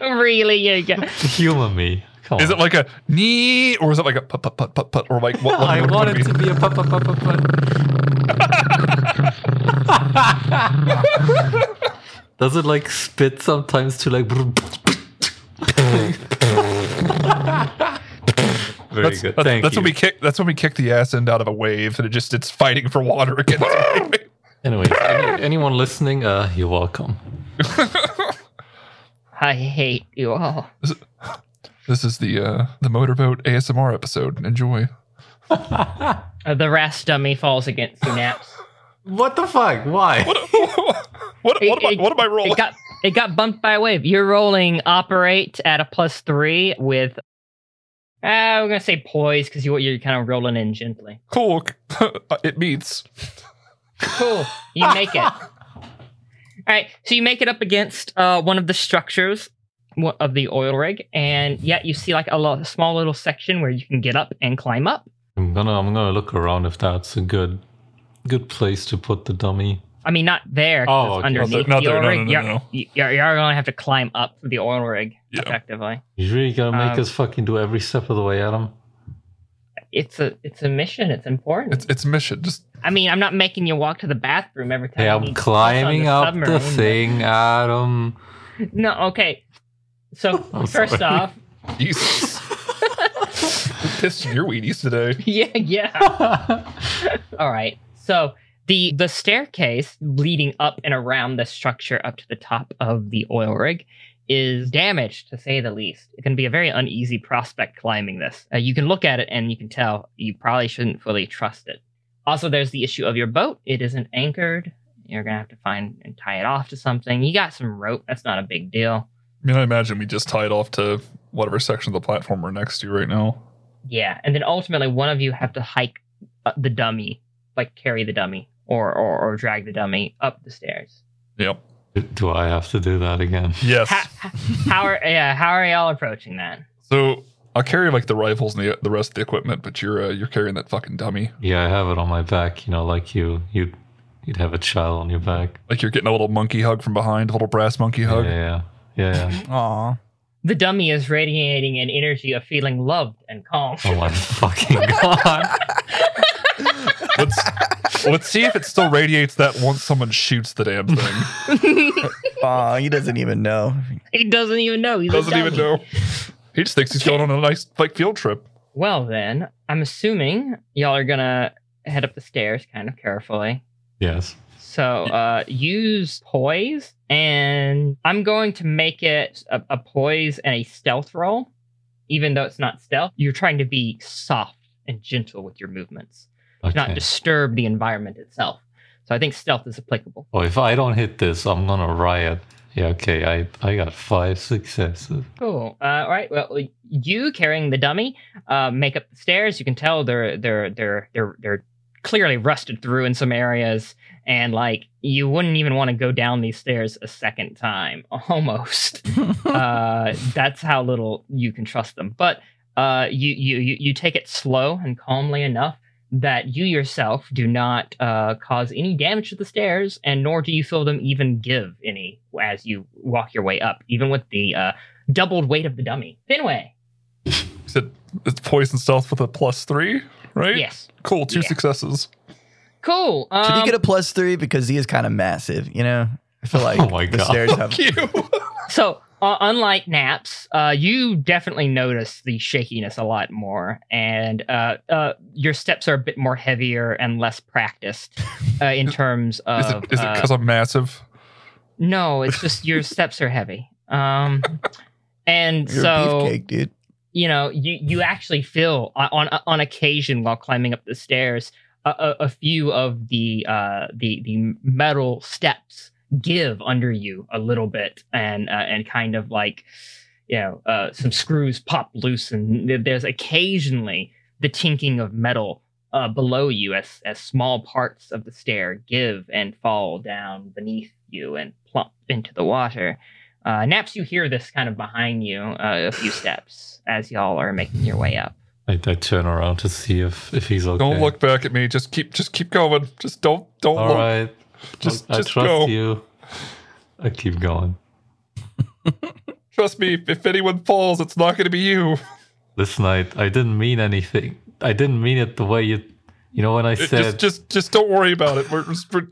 S4: really you go.
S2: Humor me. Come
S3: Is
S2: on.
S3: it like a knee, or is it like a put put put put put, or like what? what
S2: I
S3: would
S2: want
S3: be?
S2: it to be a pop pop pop pop pop. Does it like spit sometimes to like? Very
S3: That's,
S2: good.
S3: that's-
S2: Thank
S3: that's
S2: you.
S3: when we kick. That's when we kick the ass end out of a wave, and it just it's fighting for water against. it.
S2: Anyway, any, anyone listening, uh, you're welcome.
S4: I hate you all.
S3: This is the uh, the motorboat ASMR episode. Enjoy.
S4: Uh, the rast dummy falls against you naps.
S2: What the fuck? Why?
S3: What what, what,
S4: It-
S3: am, I,
S4: it-
S3: what am I rolling?
S4: It got it got bumped by a wave. You're rolling operate at a plus three with uh, we're gonna say poise because you you're kind of rolling in gently.
S3: cool. it meets.
S4: Cool. You make it. All right. So you make it up against uh, one of the structures wa- of the oil rig, and yet you see like a, lo- small little section where you can get up and climb up.
S2: I'm gonna I'm gonna look around if that's a good good place to put the dummy.
S4: I mean, not there. 'cause
S2: Oh,
S4: it's
S2: okay.
S4: underneath
S3: Not
S4: the
S3: there,
S4: oil
S3: no,
S4: rig.
S3: no, no,
S4: you're,
S3: no.
S4: you- You're, you're going to have to climb up the oil rig
S3: Yeah.
S4: effectively.
S2: You really gotta make
S4: Um,
S2: us fucking do every step of the way, Adam.
S4: It's a it's a mission. It's important.
S3: It's it's mission. Just
S4: I mean, I'm not making you walk to the bathroom every time.
S2: Hey,
S4: you
S2: I'm
S4: need to
S2: climbing
S4: piss
S2: up
S4: on
S2: the
S4: submarine, but-
S2: thing, Adam.
S4: No, okay. So
S2: I'm
S4: first
S2: sorry.
S4: off,
S3: Jesus. Who pissed in your weenies today?
S4: yeah, yeah. All right. So the the staircase leading up and around the structure up to the top of the oil rig is damaged to say the least. It can be a very uneasy prospect climbing this. Uh, you can look at it and you can tell you probably shouldn't fully trust it. Also, there's the issue of your boat. It isn't anchored. You're gonna have to find and tie it off to something. You got some rope. That's not a big deal.
S3: I mean, I imagine we just tied off to whatever section of the platform we're next to right now.
S4: Yeah, and then ultimately one of you have to hike uh, the dummy, like carry the dummy or, or or drag the dummy up the stairs.
S3: Yep.
S2: Do I have to do that again?
S3: Yes.
S4: How, how are yeah? How are y'all approaching that?
S3: So I'll carry like the rifles and the the rest of the equipment, but you're uh, you're carrying that fucking dummy.
S2: Yeah, I have it on my back. You know, like you, you'd you'd have a child on your back.
S3: Like you're getting a little monkey hug from behind, a little brass monkey hug.
S2: Yeah, yeah. yeah.
S1: Aw.
S4: The dummy is radiating an energy of feeling loved and calm.
S2: oh my fucking
S3: Oh
S2: god!
S3: Let's let's see if it still radiates that once someone shoots the damn thing.
S1: Aw, he doesn't even know.
S4: he doesn't even know. He's a
S3: Doesn't even
S4: dummy.
S3: know. He just thinks he's going on a nice like field trip.
S4: Well, then, I'm assuming y'all are gonna head up the stairs kind of carefully.
S2: Yes.
S4: So uh, use poise, and I'm going to make it a, a poise and a stealth roll, even though it's not stealth. You're trying to be soft and gentle with your movements,
S2: Okay.
S4: to not disturb the environment itself. So I think stealth is applicable.
S2: oh, if I don't hit this, I'm gonna riot. Yeah. Okay. I I got five successes.
S4: Cool. Uh, all right. Well, you carrying the dummy uh, make up the stairs. You can tell they're they're they're they're they're clearly rusted through in some areas, and like you wouldn't even want to go down these stairs a second time. Almost. uh, that's how little you can trust them. But uh, you you you you take it slow and calmly enough that you yourself do not uh, cause any damage to the stairs, and nor do you feel them even give any as you walk your way up, even with the uh, doubled weight of the dummy. Finway.
S3: He said it's poison stealth with a plus three, right?
S4: Yes.
S3: Cool, two
S4: Yeah.
S3: successes.
S4: Cool. Um,
S1: Should he get a plus three because he is kind of massive? You know, I feel like
S2: Oh my
S1: the
S2: God.
S1: stairs have.
S3: Cute.
S4: so, uh, unlike Naps, uh, you definitely notice the shakiness a lot more, and uh, uh, your steps are a bit more heavier and less practiced uh, in terms of.
S3: Is it is it
S2: Um,
S4: uh,
S3: because I'm massive?
S4: No, it's just your steps are heavy. Um, and
S1: You're
S4: so
S1: a beefcake, dude.
S4: you know you you actually feel uh, on on, on occasion while climbing up the stairs a, a, a few of the uh the the metal steps give under you a little bit and uh, and kind of like you know uh some screws pop loose and there- there's occasionally the tinking of metal uh below you as as small parts of the stair give and fall down beneath you and plump into the water uh, Naps, you hear this kind of behind you uh, a few steps as y'all are making your way up.
S2: I, I turn around to see if if he's okay.
S3: Don't look back at me. Just keep just keep going. Just don't don't
S2: All
S3: look.
S2: right.
S3: Just
S2: I
S3: just
S2: trust
S3: go.
S2: you. I keep going.
S3: Trust me, if anyone falls, it's not gonna be you.
S2: This night, I didn't mean anything. I didn't mean it the way you. You know when I
S3: It-
S2: said.
S3: just just just don't worry about it. We're, we're,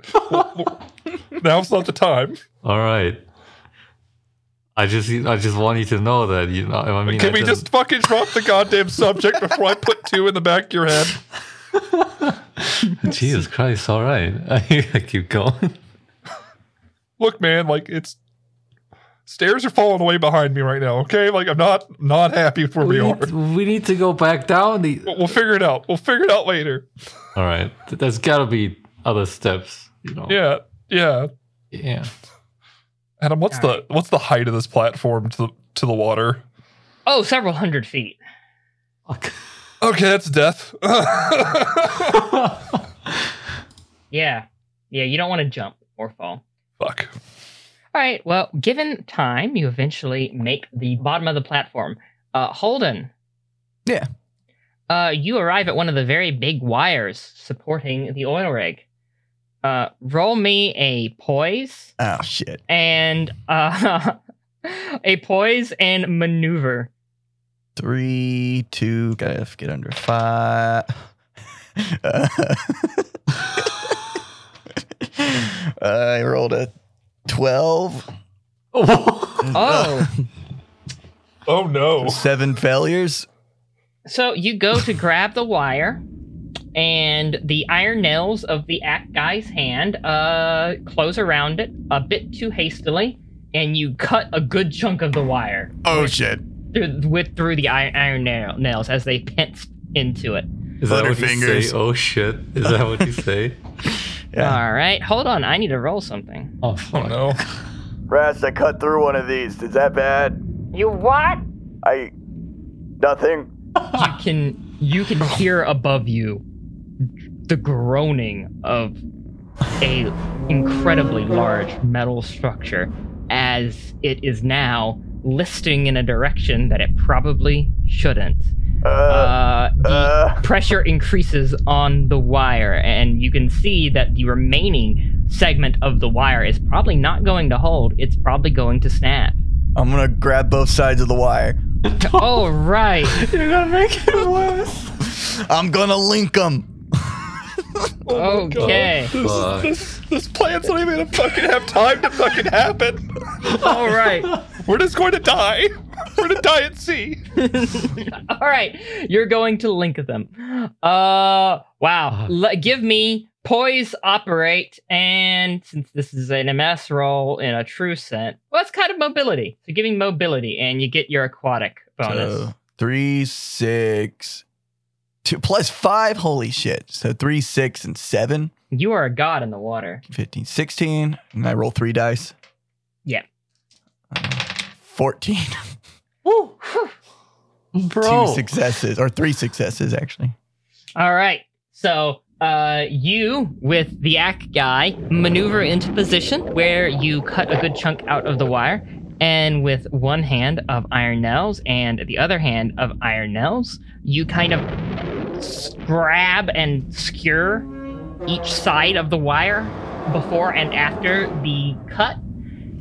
S3: we're- now's not the time.
S2: All right. I just I just want you to know that you know I mean
S3: Can
S2: I
S3: we
S2: didn't-
S3: just fucking drop the goddamn subject before I put two in the back of your head?
S2: Jesus Christ, all right. I keep going.
S3: Look, man, like it's stairs are falling away behind me right now. Okay, like I'm not not happy with where we are.
S2: need, we need to go back down the
S3: But We'll figure it out. We'll figure it out later.
S2: All right. Th- There's got to be other steps, you know.
S3: Yeah, yeah.
S2: Yeah.
S3: Adam, what's the what's the height of this platform to the to the water?
S4: Oh, several hundred feet.
S2: Fuck.
S3: Okay, that's death.
S4: Yeah. Yeah, you don't want to jump or fall.
S3: Fuck.
S4: All right. Well, given time, you eventually make the bottom of the platform. Uh, Holden.
S1: Yeah.
S4: Uh, you arrive at one of the very big wires supporting the oil rig. Uh, roll me a poise
S1: Oh shit.
S4: and uh, a poise and maneuver.
S1: Three, two. Gotta get under five. Uh, Uh, I rolled a twelve.
S4: Oh.
S3: Oh no.
S1: Seven failures.
S4: So you go to grab the wire, and the iron nails of the act guy's hand uh, close around it a bit too hastily, and you cut a good chunk of the wire
S1: Oh shit.
S4: through, with through the iron, iron nail, nails as they pinch into it.
S2: Is that what you
S1: Butterfingers.
S2: say? Oh shit. Is that what you say?
S1: Yeah.
S4: All right, hold on, I need to roll something.
S2: Oh
S3: Oh
S2: fuck.
S3: no.
S1: Rats, I cut through one of these. Is that bad?
S6: You what?
S1: I. Nothing.
S4: You can you
S3: Oh.
S4: can hear above you the groaning of a incredibly large metal structure as it is now listing in a direction that it probably shouldn't.
S1: Uh,
S4: Uh, the
S1: uh.
S4: pressure increases on the wire, and you can see that the remaining segment of the wire is probably not going to hold. It's probably going to snap.
S1: I'm gonna grab both sides of the wire.
S4: All right.
S2: You're gonna make it worse.
S1: I'm gonna link them.
S3: Oh my God.
S4: Okay.
S3: This,
S2: Oh,
S3: is, this, this plan's not even gonna fucking have time to fucking happen.
S4: All right.
S3: We're just going to die. We're gonna die at sea.
S4: All right, you're going to link them. Uh, wow. Le- give me poise, operate, and since this is an MS roll in a true sense, well, it's kind of mobility. So giving mobility, and you get your aquatic bonus.
S1: So, three, six, two, plus five. Holy shit. So three, six, and seven.
S4: You are a god in the water.
S1: 15, 16. And I roll three dice.
S4: Yeah.
S1: Uh, 14.
S4: Woo!
S1: Two successes, or three successes, actually.
S4: All right. So, uh, you with the ack guy maneuver into position where you cut a good chunk out of the wire, and with one hand of iron nails and the other hand of iron nails, you kind of s- grab and skewer each side of the wire before and after the cut,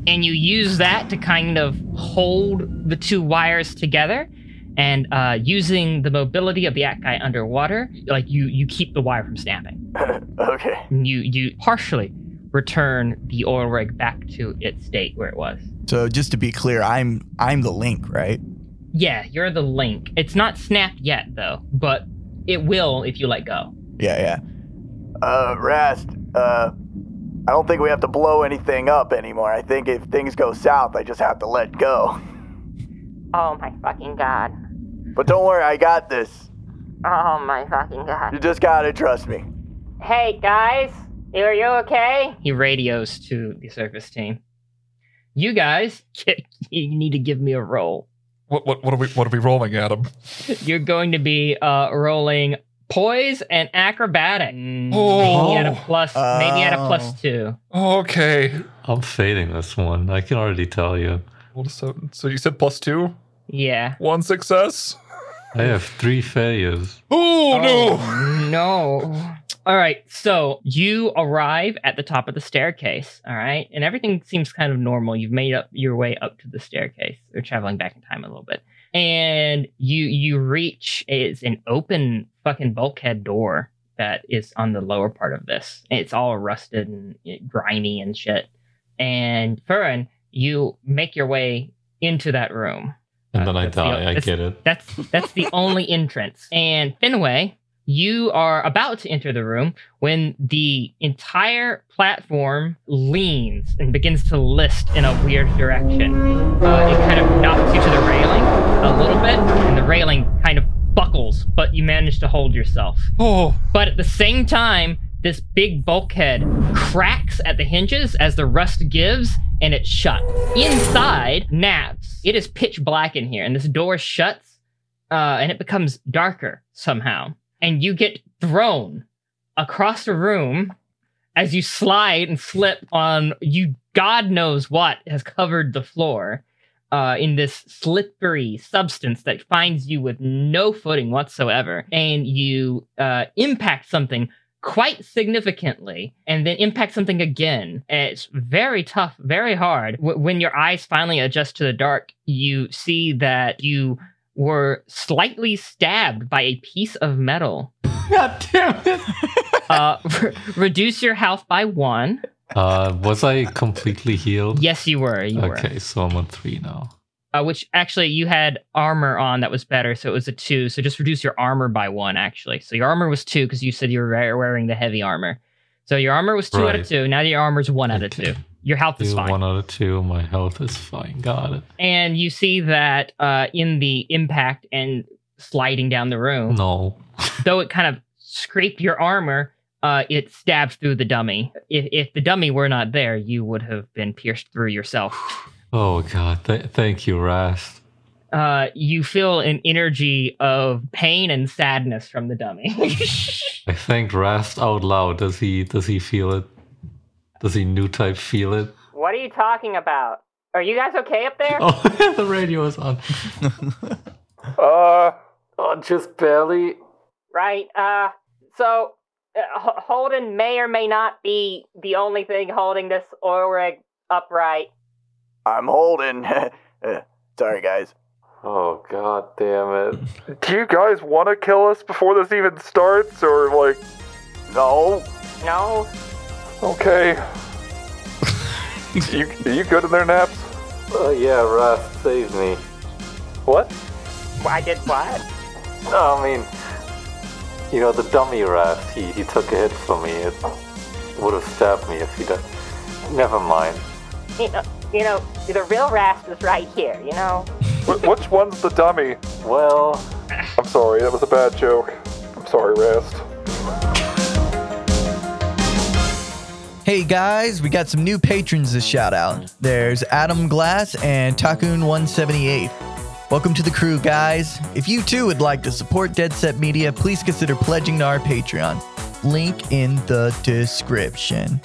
S4: and you use that to kind of hold the two wires together and uh, using the mobility of the act guy underwater, like you you keep the wire from snapping.
S1: Okay.
S4: And you you partially return the oil rig back to its state where it was.
S1: So just to be clear, I'm I'm the link, right?
S4: Yeah, you're the link. It's not snapped yet though, but it will if you let go.
S1: Yeah, yeah. Uh, Rast, uh, I don't think we have to blow anything up anymore. I think if things go south, I just have to let go.
S6: Oh my fucking god.
S1: But don't worry, I got this.
S6: Oh my fucking god.
S1: You just gotta trust me.
S6: Hey guys, are you okay?
S4: He radios to the service team. You guys, you need to give me a roll.
S3: What what what are we what are we rolling, Adam?
S4: You're going to be uh, rolling poise and acrobatic. Maybe at a plus, maybe at a
S1: Oh.
S4: plus two.
S3: Okay.
S2: I'm failing this one. I can already tell you.
S3: What is that? So you said plus two,
S4: Yeah.
S3: one success.
S2: I have three failures.
S3: Oh, no!
S4: no. All right, so you arrive at the top of the staircase, all right? And everything seems kind of normal. You've made up your way up to the staircase. You're traveling back in time a little bit. And you you reach it's an open fucking bulkhead door that is on the lower part of this. It's all rusted and grimy and shit. And Furin, you make your way into that room.
S2: And then I
S4: That's the-
S2: die. I
S4: that's-
S2: get it.
S4: That's that's the only entrance. And Finway, you are about to enter the room when the entire platform leans and begins to list in a weird direction. Uh, it kind of knocks you to the railing a little bit, and the railing kind of buckles, but you manage to hold yourself.
S3: Oh,
S4: But at the same time, this big bulkhead cracks at the hinges as the rust gives and it shuts. Inside, naps. It is pitch black in here, and this door shuts uh, and it becomes darker somehow. And you get thrown across the room as you slide and slip on you, God knows what has covered the floor. Uh, in this slippery substance that finds you with no footing whatsoever, and you uh, impact something quite significantly and then impact something again. And It's very tough, very hard. Wh- When your eyes finally adjust to the dark, you see that you were slightly stabbed by a piece of metal.
S2: God damn it.
S4: Uh, re- reduce your health by one.
S2: Uh, was I completely healed?
S4: Yes, you were. You
S2: Okay, so I'm on three now.
S4: were. Uh, which actually, you had armor on that was better, so it was a two. So just reduce your armor by one, actually. So your armor was two because you said you were wear- wearing the heavy armor. So your armor was two out
S2: Right.
S4: of two. Now your armor's one out of
S2: Okay.
S4: two. Your health is
S2: Two,
S4: fine.
S2: one out of two. My health is fine. Got it.
S4: and you see that uh, in the impact and sliding down the room,
S2: No.
S4: though it kind of scraped your armor, uh, it stabbed through the dummy. If, if the dummy were not there, you would have been pierced through yourself.
S2: Oh God. Th- thank you, Rast.
S4: Uh, you feel an energy of pain and sadness from the dummy.
S2: I thanked Rast out loud. Does he? Does he feel it? Does he new type feel it?
S6: What are you talking about? Are you guys okay up there?
S2: Oh, the radio is on.
S7: Uh, uh, just barely.
S6: right? Uh, so uh, H- Holden may or may not be the only thing holding this oil rig upright.
S1: I'm holding. Sorry, guys.
S7: Oh god damn it!
S3: Do you guys want to kill us before this even starts, or like,
S1: No.
S6: No,
S3: okay? you you good in there, naps?
S7: Oh yeah, Rust, save me. What?
S6: I did what?
S7: No, I mean, you know the dummy Rust. He he took a hit from me. It would have stabbed me if he did. Never mind.
S6: you know, you know, the real Rast is right here. You know,
S3: Wh- which one's the dummy?
S7: Well,
S3: I'm sorry, that was a bad joke. I'm sorry, Rest.
S1: Hey guys, we got some new patrons to shout out. There's Adam Glass and Takun178. Welcome to the crew, guys. If you too would like to support Dead Set Media, please consider pledging to our Patreon. Link in the description.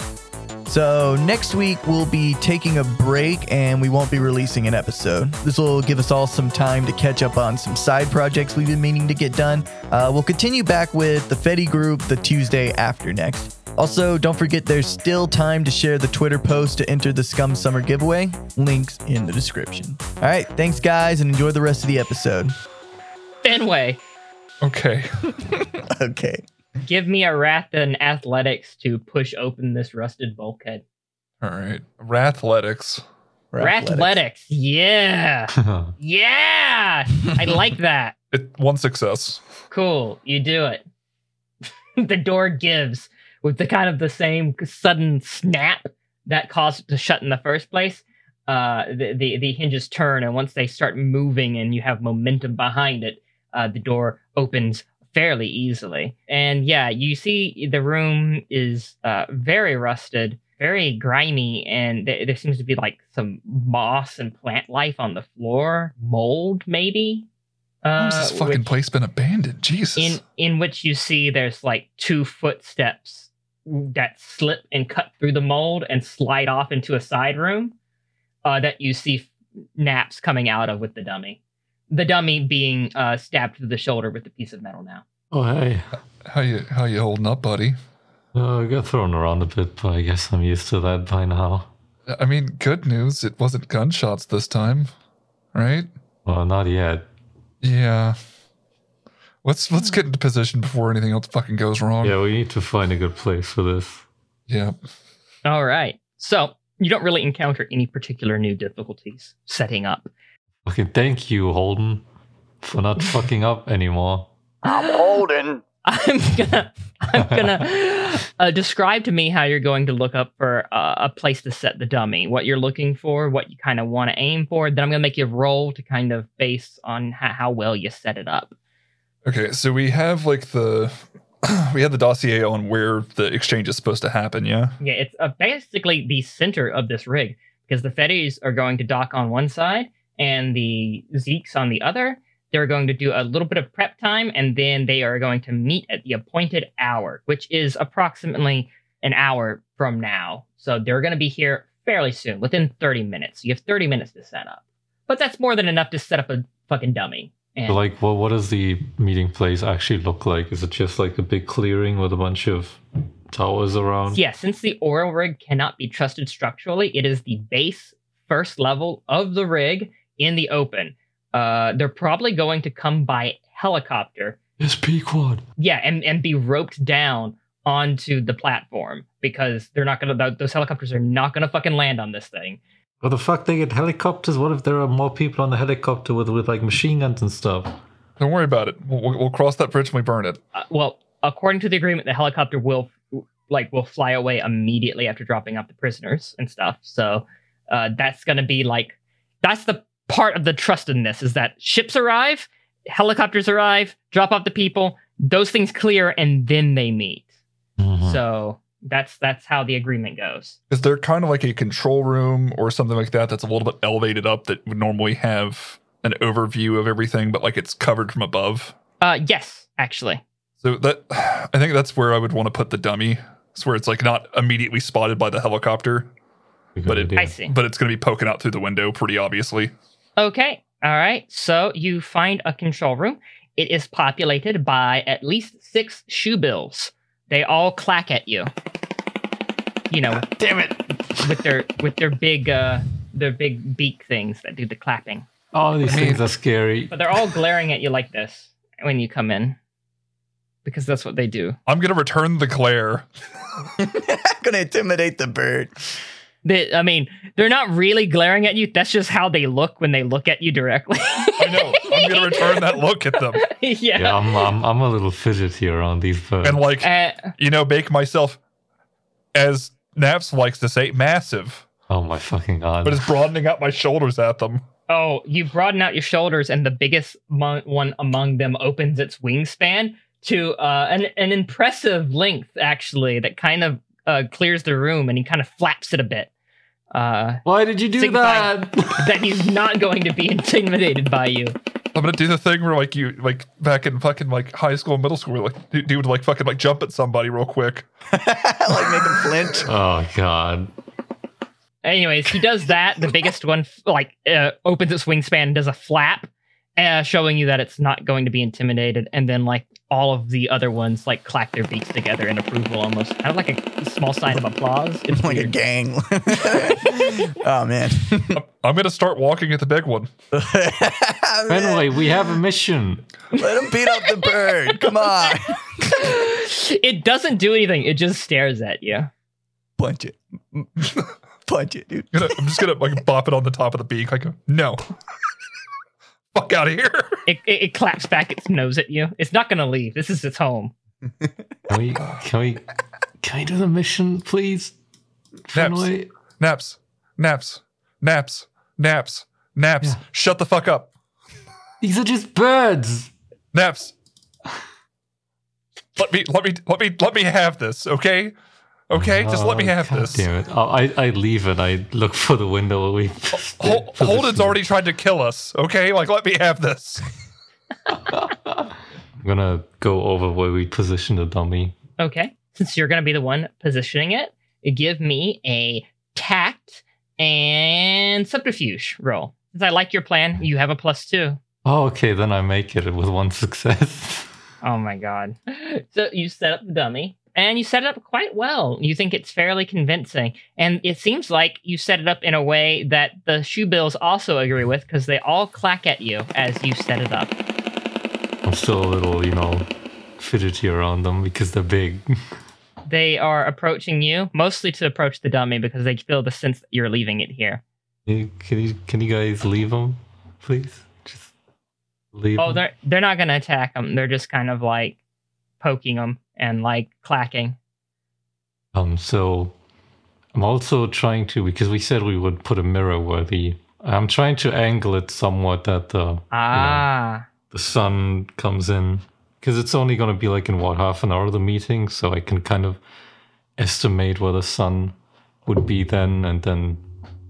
S1: So, next week we'll be taking a break and we won't be releasing an episode. This will give us all some time to catch up on some side projects we've been meaning to get done. Uh, we'll continue back with the Fetty group the Tuesday after next. Also, don't forget there's still time to share the Twitter post to enter the Scum Summer giveaway. Links in the description. All right, thanks guys and enjoy the rest of the episode.
S4: Fenway,
S3: Okay.
S1: Okay.
S4: give me a wrath and athletics to push open this rusted bulkhead.
S3: All right. Rathletics.
S4: Rathletics. Yeah.
S2: Oh,
S4: Yeah. I like that.
S3: It one success.
S4: Cool. You do it. the door gives with the kind of the same sudden snap that caused it to shut in the first place. Uh, the, the the hinges turn, and once they start moving, and you have momentum behind it, uh, the door opens fairly easily. And yeah, you see the room is uh, very rusted, very grimy, and th- there seems to be like some moss and plant life on the floor, mold maybe.
S3: How's
S4: uh,
S3: this fucking
S4: which-
S3: place been abandoned? Jesus.
S4: in in which you see there's like two footsteps that slip and cut through the mold and slide off into a side room uh, that you see naps coming out of with the dummy. The dummy being uh, stabbed through the shoulder with a piece of metal now.
S2: oh hey,
S3: how you how you holding up, buddy?
S2: uh, I got thrown around a bit, but I guess I'm used to that by now.
S3: I mean, good news. It wasn't gunshots this time, right?
S2: Well, not yet.
S3: Yeah. Let's let's get into position before anything else fucking goes wrong.
S2: Yeah, we need to find a good place for this.
S3: Yeah.
S4: All right. So you don't really encounter any particular new difficulties setting up.
S2: Okay, thank you, Holden, for not fucking up anymore.
S1: I'm holding.
S4: I'm gonna I'm gonna uh, describe to me how you're going to look up for uh, a place to set the dummy, what you're looking for, what you kind of want to aim for. Then I'm gonna make you roll to kind of base on ho- how well you set it up.
S3: Okay, so we have like the we have the dossier on where the exchange is supposed to happen, yeah?
S4: Yeah, it's uh, basically the center of this rig because the Fetties are going to dock on one side and the Zeeks on the other. They're going to do a little bit of prep time and then they are going to meet at the appointed hour, which is approximately an hour from now. So they're going to be here fairly soon, within 30 minutes. You have 30 minutes to set up, but that's more than enough to set up a fucking dummy. And
S2: But, like, well, what does the meeting place actually look like? Is it just like a big clearing with a bunch of towers around?
S4: Yeah, since the oil rig cannot be trusted structurally, it is the base first level of the rig in the open. Uh, they're probably going to come by helicopter.
S2: It's Pequod.
S4: Yeah, and, and be roped down onto the platform because they're not gonna th- those helicopters are not gonna fucking land on this thing.
S2: What the fuck? They get helicopters? What if there are more people on the helicopter with, with like machine guns and stuff?
S3: Don't worry about it. We'll, we'll, we'll cross that bridge when we burn it.
S4: Uh, well, according to the agreement, the helicopter will like will fly away immediately after dropping off the prisoners and stuff. So uh, that's gonna be like that's the part of the trust in this is that ships arrive, helicopters arrive, drop off the people, those things clear, and then they meet. Mm-hmm.
S2: Mhm.
S4: So that's that's how the agreement goes.
S3: Is there kind of like a control room or something like that that's a little bit elevated up that would normally have an overview of everything, but like it's covered from above?
S4: Uh, yes, actually.
S3: So that I think that's where I would want to put the dummy. It's where it's like not immediately spotted by the helicopter,
S2: Good
S3: but it-
S2: idea.
S4: I see.
S3: but it's going to be poking out through the window pretty obviously.
S4: Okay. All right, so you find a control room. It is populated by at least six shoe bills. They all clack at you. You know,
S1: Damn it.
S4: with their with their big uh their big beak things that do the clapping.
S2: All Oh, these things are scary.
S4: But they're all glaring at you like this when you come in. Because that's what they do.
S3: I'm gonna return the glare.
S1: gonna intimidate the bird.
S4: They, I mean, they're not really glaring at you. That's just how they look when they look at you directly.
S3: I know. I'm gonna return that look at them
S2: Yeah,
S4: yeah.
S2: I'm, I'm, I'm a little fidgety around these birds.
S3: and like
S4: Uh,
S3: you know make myself as Naps likes to say massive,
S2: oh my fucking god.
S3: but it's broadening out my shoulders at them.
S4: oh, you broaden out your shoulders, and the biggest mon- one among them opens its wingspan to uh, an an impressive length, actually. That kind of uh, clears the room, and he kind of flaps it a bit. Uh,
S2: Why did you do
S4: Signifying.
S2: that?
S4: that he's not going to be intimidated by you.
S3: I'm gonna do the thing where like you like back in fucking like high school and middle school, where, like dude would like fucking like jump at somebody real quick.
S1: like make him flinch.
S2: oh god.
S4: Anyways, he does that. The biggest one, f- like, uh, opens its wingspan and does a flap, uh, showing you that it's not going to be intimidated. And then, like, all of the other ones, like, clack their beaks together in approval almost. Kind of like a small sign of applause. It's
S1: like a
S4: weird.
S1: gang. oh man.
S3: I'm, I'm gonna start walking at the big one.
S2: Anyway, we have a mission.
S1: Let him beat up the bird. Come on.
S4: it doesn't do anything, it just stares at you.
S1: Punch it. Punch it, dude.
S3: I'm, gonna, I'm just gonna like bop it on the top of the beak. Like no, fuck out of here.
S4: It, it, it claps back its nose at you. It's not going to leave. This is its home.
S2: Can we can we can we do the mission, please? Finally?
S3: Naps, naps, naps, naps, naps.
S2: Yeah.
S3: Shut the fuck up.
S2: These are just birds.
S3: Naps. Let me, let me, let me, let me have this, okay? Okay, just let me
S2: Oh,
S3: have
S2: God
S3: this.
S2: Damn it. Oh, I, I leave it. I look for the window where we.
S3: Hol- Holden's already tried to kill us, okay? Like, let me have this.
S2: I'm gonna go over where we position the dummy.
S4: Okay. Since you're going to be the one positioning it, give me a tact and subterfuge roll. Since I like your plan, you have a plus two.
S2: Oh, okay. Then I make it with one success.
S4: Oh my God. So you set up the dummy and you set it up quite well. You think it's fairly convincing. And it seems like you set it up in a way that the shoe bills also agree with because they all clack at you as you set it up.
S2: I'm still a little, you know, fidgety around them because they're big.
S4: They are approaching you, mostly to approach the dummy because they feel the sense that you're leaving it here.
S2: Can you can you, can you guys leave them, please? Just leave.
S4: Oh,
S2: 'em.
S4: they're they're not gonna attack them. They're just kind of like poking them and like clacking.
S2: Um, so I'm also trying to because we said we would put a mirror where the I'm trying to angle it somewhat that the
S4: Ah,
S2: the sun comes in because it's only going to be like in what half an hour of the meeting, so I can kind of estimate where the sun would be then, and then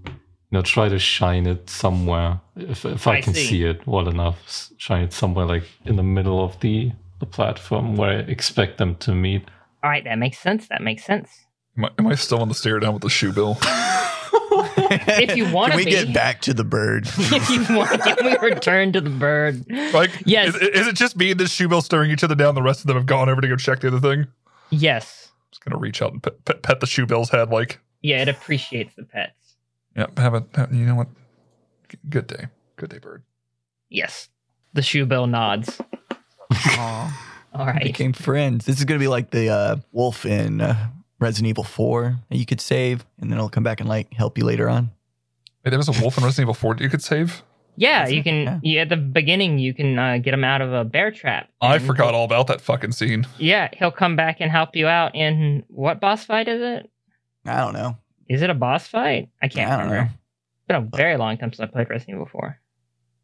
S2: you know try to shine it somewhere if if I,
S4: I
S2: can
S4: see.
S2: see. it well enough, s- shine it somewhere like in the middle of the the platform where I expect them to meet.
S4: all right, that makes sense. That makes sense.
S3: Am I, am I still on the stare down with the shoe bill?
S4: If you wanna
S1: Can we
S4: be.
S1: get back to the bird?
S4: if you want, can we return to the bird?
S3: Like,
S4: Yes.
S3: is, is it just me and this shoe bill staring each other down? The rest of them have gone over to go check the other thing. I'm
S4: Yes.
S3: just gonna reach out and pet, pet, pet the shoe bill's head. Like,
S4: Yeah, it appreciates the pets.
S3: yeah, have a, have- you know what? G- Good day, good day, bird.
S4: Yes. The shoe bill nods. All right.
S1: Became friends. This is gonna be like the uh, wolf in uh, Resident Evil 4 that you could save, and then it'll come back and like help you later on.
S3: Hey, there was a wolf in Resident Evil 4 that you could save.
S4: Yeah,
S1: Is
S4: you
S1: it?
S4: can.
S1: Yeah.
S4: Yeah, at the beginning, you can uh, get him out of a bear trap.
S3: I
S4: And-
S3: forgot all about that fucking scene.
S4: Yeah, he'll come back and help you out in what boss fight is it?
S1: I don't know.
S4: Is it a boss fight? I can't
S1: I don't
S4: remember.
S1: know.
S4: It's been a very long time since I played Resident Evil 4.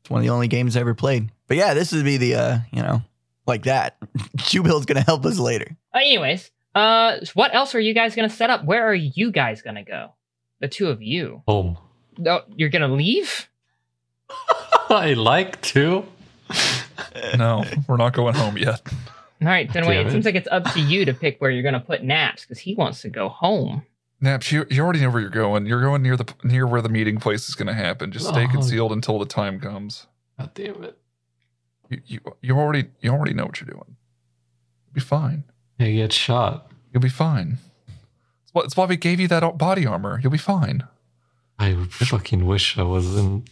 S1: It's one of the only games I ever played. But yeah, this would be the uh, you know, like that. Jubill's gonna help us later.
S4: Uh, anyways, uh, what else are you guys gonna set up? Where are you guys gonna go? The two of you.
S2: Home.
S4: No, you're gonna leave?
S2: I like to.
S3: No, we're not going home yet.
S4: All right, then wait.
S2: Damn
S4: It
S2: it.
S4: seems like it's up to you to pick where you're gonna put Naps because he wants to go home.
S3: Naps, you, you already know where you're going. You're going near the near where the meeting place is going to happen. Just stay
S2: Oh.
S3: concealed until the time comes.
S2: God damn it.
S3: You, you you already you already know what you're doing. You'll be fine.
S2: Yeah, he gets shot.
S3: You'll be fine. That's why, that's why we gave you that body armor. You'll be fine.
S2: I fucking wish I was in.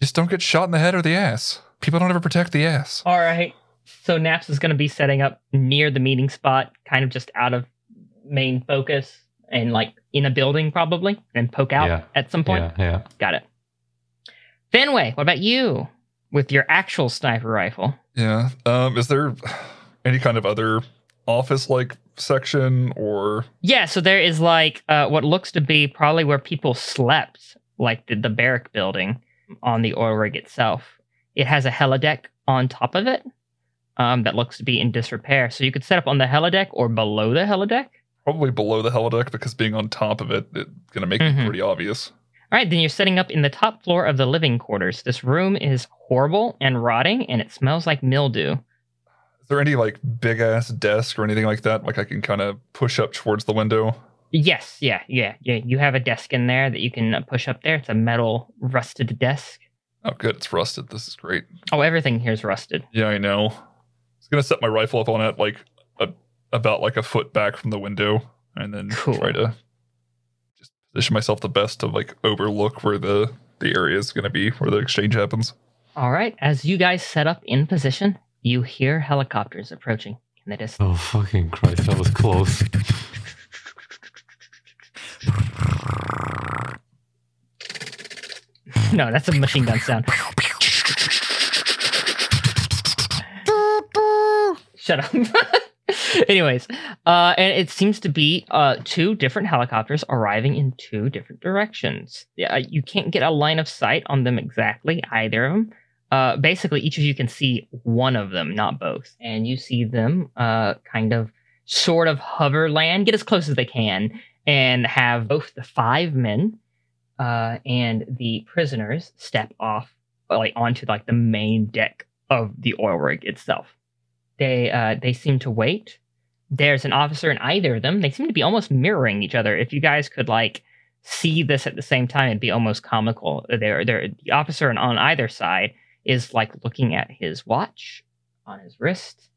S3: Just don't get shot in the head or the ass. People don't ever protect the ass.
S4: All right. So Naps is going to be setting up near the meeting spot, kind of just out of main focus and like in a building probably, and poke out
S2: Yeah.
S4: at some point.
S2: Yeah, yeah.
S4: Got it. Fenway, what about you with your actual sniper rifle?
S3: Yeah. Um. Is there any kind of other office like section or
S4: Yeah, so there is like uh, what looks to be probably where people slept, like the, the barrack building on the oil rig itself. It has a helideck on top of it um, that looks to be in disrepair. So you could set up on the helideck or below the helideck.
S3: probably below the holodeck because being on top of it, it's gonna make
S4: Mhm.
S3: it pretty obvious.
S4: All right, then you're setting up in the top floor of the living quarters. This room is horrible and rotting, and it smells like mildew.
S3: Is there any like big ass desk or anything like that? Like I can kind of push up towards the window.
S4: Yes, yeah, yeah, yeah. You have a desk in there that you can uh, push up there. It's a metal rusted desk.
S3: Oh, good. It's rusted. This is great.
S4: Oh, everything here's rusted.
S3: Yeah, I know. I was gonna set my rifle up on it like a, about like a foot back from the window, and then
S4: Cool.
S3: try to just position myself the best to like overlook where the the area is gonna be where the exchange happens.
S4: All right, as you guys set up in position, you hear helicopters approaching in the distance.
S2: Oh, fucking Christ. That was close.
S4: No, that's a machine gun sound. Shut up. Anyways, uh, and it seems to be uh, two different helicopters arriving in two different directions. Yeah, uh, you can't get a line of sight on them exactly, either of them. Uh, basically, each of you can see one of them, not both. And you see them uh, kind of sort of hover land, get as close as they can, and have both the five men uh, and the prisoners step off like onto like the main deck of the oil rig itself. They uh, they seem to wait. There's an officer in either of them. They seem to be almost mirroring each other. If you guys could like see this at the same time, it'd be almost comical. There, there, the officer on- on either side is like looking at his watch on his wrist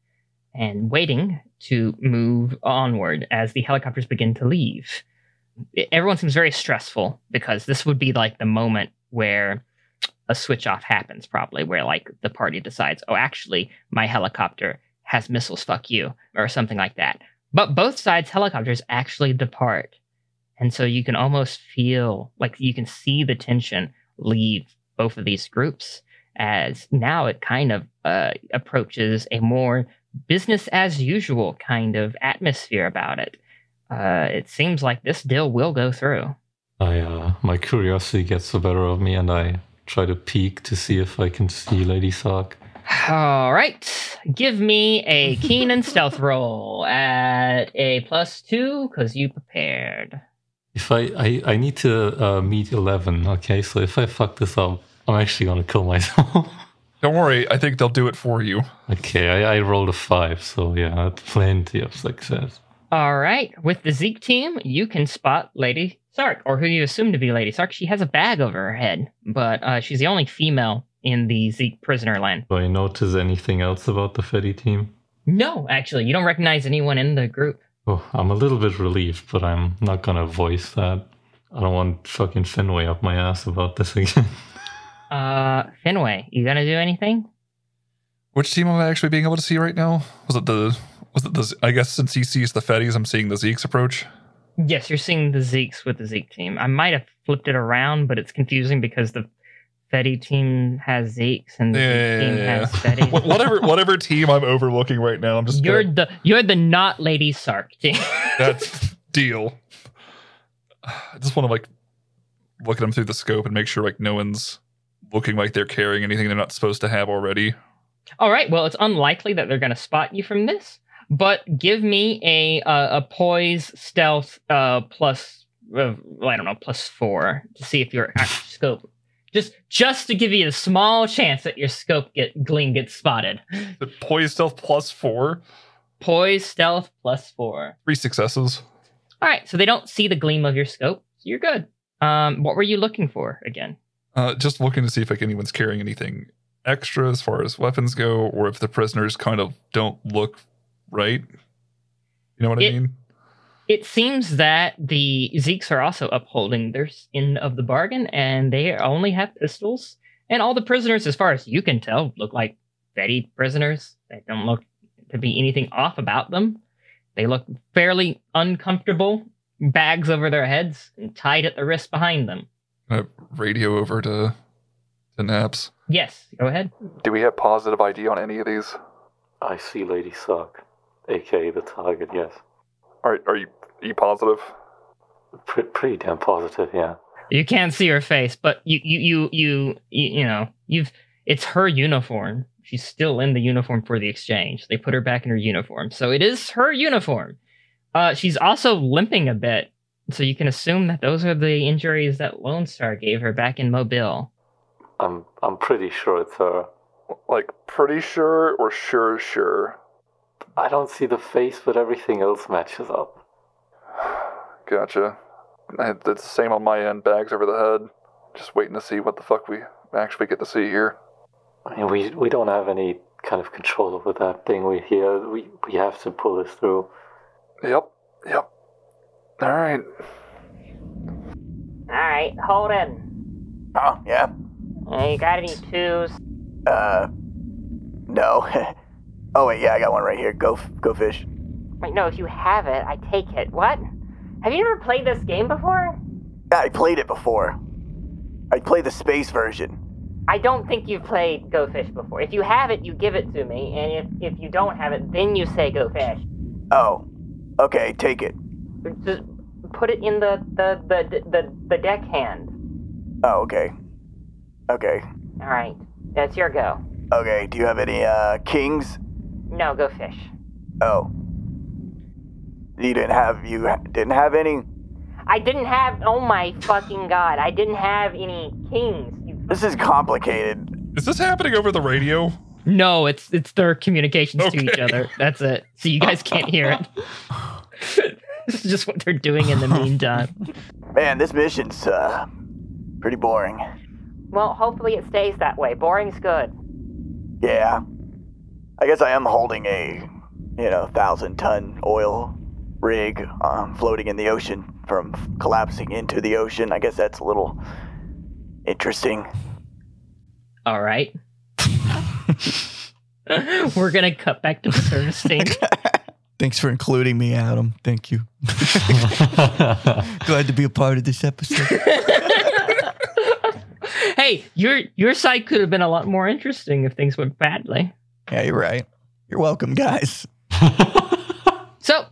S4: and waiting to move onward as the helicopters begin to leave everyone seems very stressful because this would be like the moment where a switch off happens probably where like the party decides oh actually my helicopter has missiles fuck you or something like that but both sides helicopters actually depart and so you can almost feel like you can see the tension leave both of these groups as now it kind of uh, approaches a more business as usual kind of atmosphere about it uh, it seems like this deal will go through.
S2: I, uh, my curiosity gets the better of me, and I try to peek to see if I can see Lady Sark.
S4: All right, give me a keen and stealth roll at a plus two because you prepared.
S2: If I, I, I need to uh, meet 11, okay? So if I fuck this up, I'm actually gonna kill myself.
S3: Don't worry, I think they'll do it for you.
S2: okay, I, I rolled a 5, so yeah, that's plenty of success.
S4: All right, with the Zeke team, you can spot Lady Sark, or who you assume to be Lady Sark. She has a bag over her head, but uh, she's the only female in the Zeke prisoner land.
S2: Do I notice anything else about the Fetty team?
S4: No, actually, you don't recognize anyone in the group.
S2: Oh, I'm a little bit relieved, but I'm not gonna voice that. I don't want fucking Fenway up my ass about this again.
S4: Uh, Finway, you gonna do anything?
S3: Which team am I actually being able to see right now? Was it the was it the Z- I guess since he sees the Fetties, I'm seeing the Zeke's approach.
S4: Yes, you're seeing the Zeeks with the Zeke team. I might have flipped it around, but it's confusing because the Fetty team has Zeeks and the
S3: Yeah,
S4: Zeke
S3: yeah,
S4: team
S3: yeah,
S4: has
S2: yeah.
S4: Fetty.
S3: Wha- whatever whatever team I'm overlooking right now, I'm just
S4: you're
S3: gonna-
S4: the you're the not Lady Sark team.
S3: that's deal. I just want to like look at them through the scope and make sure like no one's looking like they're carrying anything they're not supposed to have already.
S4: All right. Well, it's unlikely that they're going to spot you from this, but give me a uh, a poise stealth uh, plus uh, I don't know plus four to see if your actual scope just just to give you a small chance that your scope get gleam gets spotted.
S3: The poise stealth plus four,
S4: Poise stealth plus four.
S3: three successes.
S4: All right, so they don't see the gleam of your scope. So you're good. Um, what were you looking for again?
S3: Uh, just looking to see if like anyone's carrying anything extra as far as weapons go, or if the prisoners kind of don't look right. You know what I
S4: It-
S3: mean?
S4: It seems that the Zeeks are also upholding their end of the bargain, and they only have pistols. And all the prisoners, as far as you can tell, look like steady prisoners. They don't look to be anything off about them. They look fairly uncomfortable, bags over their heads, and tied at the wrist behind them.
S3: Uh, radio over to to Naps.
S4: Yes, go ahead.
S8: Do we have positive ID on any of these?
S7: I see Lady Sock, aka the target, yes.
S8: Are are you are you positive?
S7: Pre- pretty damn positive, yeah.
S4: You can't see her face, but you, you, you, you, you, you know, you've. It's her uniform. She's still in the uniform for the exchange. They put her back in her uniform, so it is her uniform. Uh, she's also limping a bit, so you can assume that those are the injuries that Lone Star gave her back in Mobile.
S7: I'm I'm pretty sure it's uh, her.
S8: Like pretty sure or sure sure?
S7: I don't see the face, but everything else matches up.
S8: Gotcha. I, it's the same on my end. Bags over the head. Just waiting to see what the fuck we actually get to see here.
S7: I mean, we we don't have any kind of control over that thing. We're here. We we have to pull this through.
S8: Yep. Yep. All right.
S6: All right, hold in.
S1: Oh, yeah.
S4: Oh.
S6: Uh, You got any twos?
S1: Uh, no. oh, wait, yeah, I got one right here. Go, f- go fish.
S6: Wait, no. If you have it, I take it. What? Have you ever played this game before?
S1: Ah, I played it before. I played the space version.
S6: I don't think you've played Go Fish before. If you have it, you give it to me, and if, if you don't have it, then you say Go Fish.
S1: Oh, okay, take it.
S6: Just put it in the the the the, the deck hand.
S1: Oh, okay. Okay.
S6: All right, that's your go.
S1: Okay, do you have any, uh, kings?
S6: No, Go Fish.
S1: Oh. You didn't have, you ha- didn't have any?
S6: I didn't have. Oh my fucking god! I didn't have any kings. You
S1: This is complicated.
S3: Is this happening over the radio?
S4: No, it's it's their communications to each
S3: Okay.
S4: other. That's it. So you guys can't hear it. this is just what they're doing in the meantime.
S1: Man, this mission's, uh, pretty boring.
S6: Well, hopefully it stays that way. Boring's good.
S1: Yeah. I guess I am holding a, you know, thousand ton oil rig um, floating in the ocean from f- collapsing into the ocean. I guess that's a little interesting.
S4: All right. We're gonna cut back to Sir Stink.
S1: Thanks for including me, Adam. Thank you. Glad to be a part of this episode.
S4: hey, your your side could have been a lot more interesting if things went badly.
S1: yeah, you're right. You're welcome, guys.
S4: So,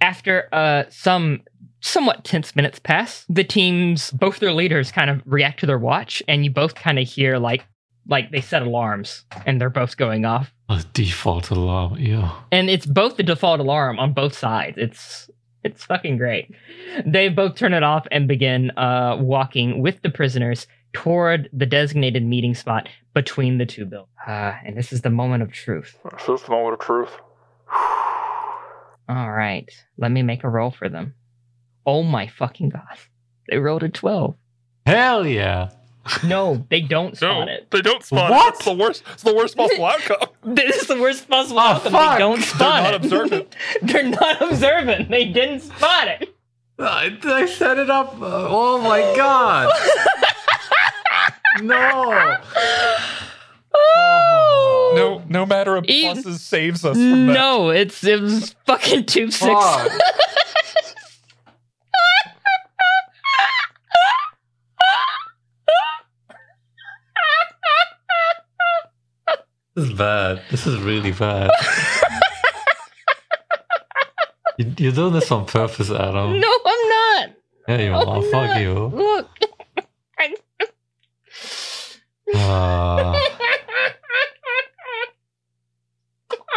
S4: after uh, some somewhat tense minutes pass, the teams, both their leaders, kind of react to their watch, and you both kind of hear like like they set alarms, and they're both going off.
S2: A default alarm, yeah.
S4: and it's both the default alarm on both sides. It's it's fucking great. They both turn it off and begin uh, walking with the prisoners toward the designated meeting spot between the two buildings. Uh, and this is the moment of truth.
S8: So this is the moment of truth.
S4: All right, let me make a roll for them. Oh my fucking god! They rolled a twelve.
S2: Hell yeah.
S4: No, they don't spot it.
S3: they don't spot
S2: What?
S3: it. It's the worst. It's the worst possible outcome.
S4: This is the worst possible
S2: Oh,
S4: outcome.
S2: fuck.
S4: They don't spot
S3: not
S4: it.
S3: observant.
S4: They're not observant. They didn't spot it.
S2: I, I set it up. Oh my god. no.
S3: No, no matter of
S4: E-
S3: pluses saves us from that.
S4: No, it's it was fucking two six.
S2: This is bad. This is really bad. you, you're doing this on purpose, Adam.
S4: No, Oh, I'm not.
S2: Yeah, you
S4: I'm
S2: are. Fuck
S4: not.
S2: you.
S4: Look,
S2: Ah.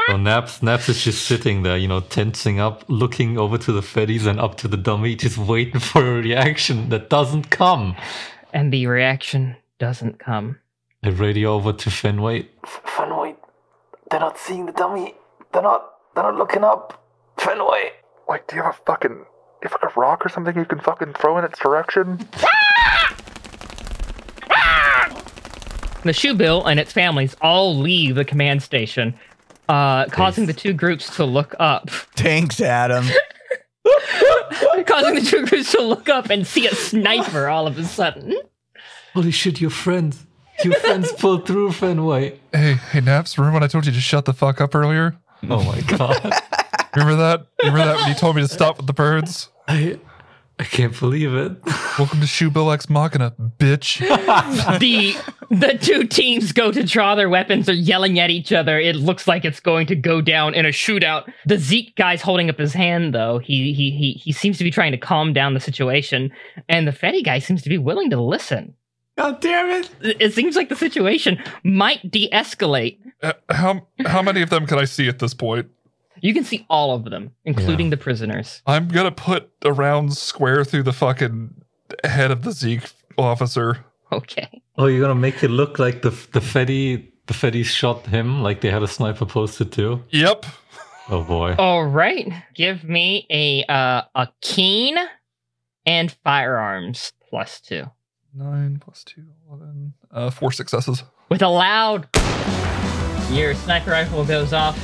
S2: So Naps, Naps is just sitting there, you know, tensing up, looking over to the feddies and up to the dummy, just waiting for a reaction that doesn't come.
S4: and the reaction doesn't come.
S2: I radio over to Fenway.
S7: F- Fenway, they're not seeing the dummy. They're not. They're not looking up. Fenway.
S8: Like, do you have a fucking, do you have like a rock or something you can fucking throw in its direction?
S4: The Shoebill and its families all leave the command station, uh, causing the two groups to look up.
S1: Thanks, Adam.
S4: causing the two groups to look up and see a sniper all of a sudden.
S2: Holy shit, your friends. Your friends pulled through, Fenway.
S3: Hey, hey, Naps, remember when I told you to shut the fuck up earlier?
S2: Oh my god.
S3: Remember that? Remember that when you told me to stop with the birds?
S2: I, I can't believe it.
S3: Welcome to Shoebill X Machina, bitch.
S4: the the two teams go to draw their weapons. They're yelling at each other. It looks like it's going to go down in a shootout. The Zeke guy's holding up his hand though. He he he he seems to be trying to calm down the situation, and the Fetty guy seems to be willing to listen.
S1: God damn it.
S4: It it seems like the situation might de-escalate.
S3: Uh, how how many of them can I see at this point?
S4: You can see all of them, including the prisoners.
S3: I'm gonna put a round square through the fucking head of the Zeke officer.
S4: Okay.
S2: Oh, you're gonna make it look like the the Fetty the Fetty shot him, like they had a sniper posted too.
S3: Yep.
S2: Oh boy.
S4: All right. Give me a uh, a keen and firearms plus two.
S3: Nine plus two, eleven. Uh, four successes.
S4: with a loud your sniper rifle goes off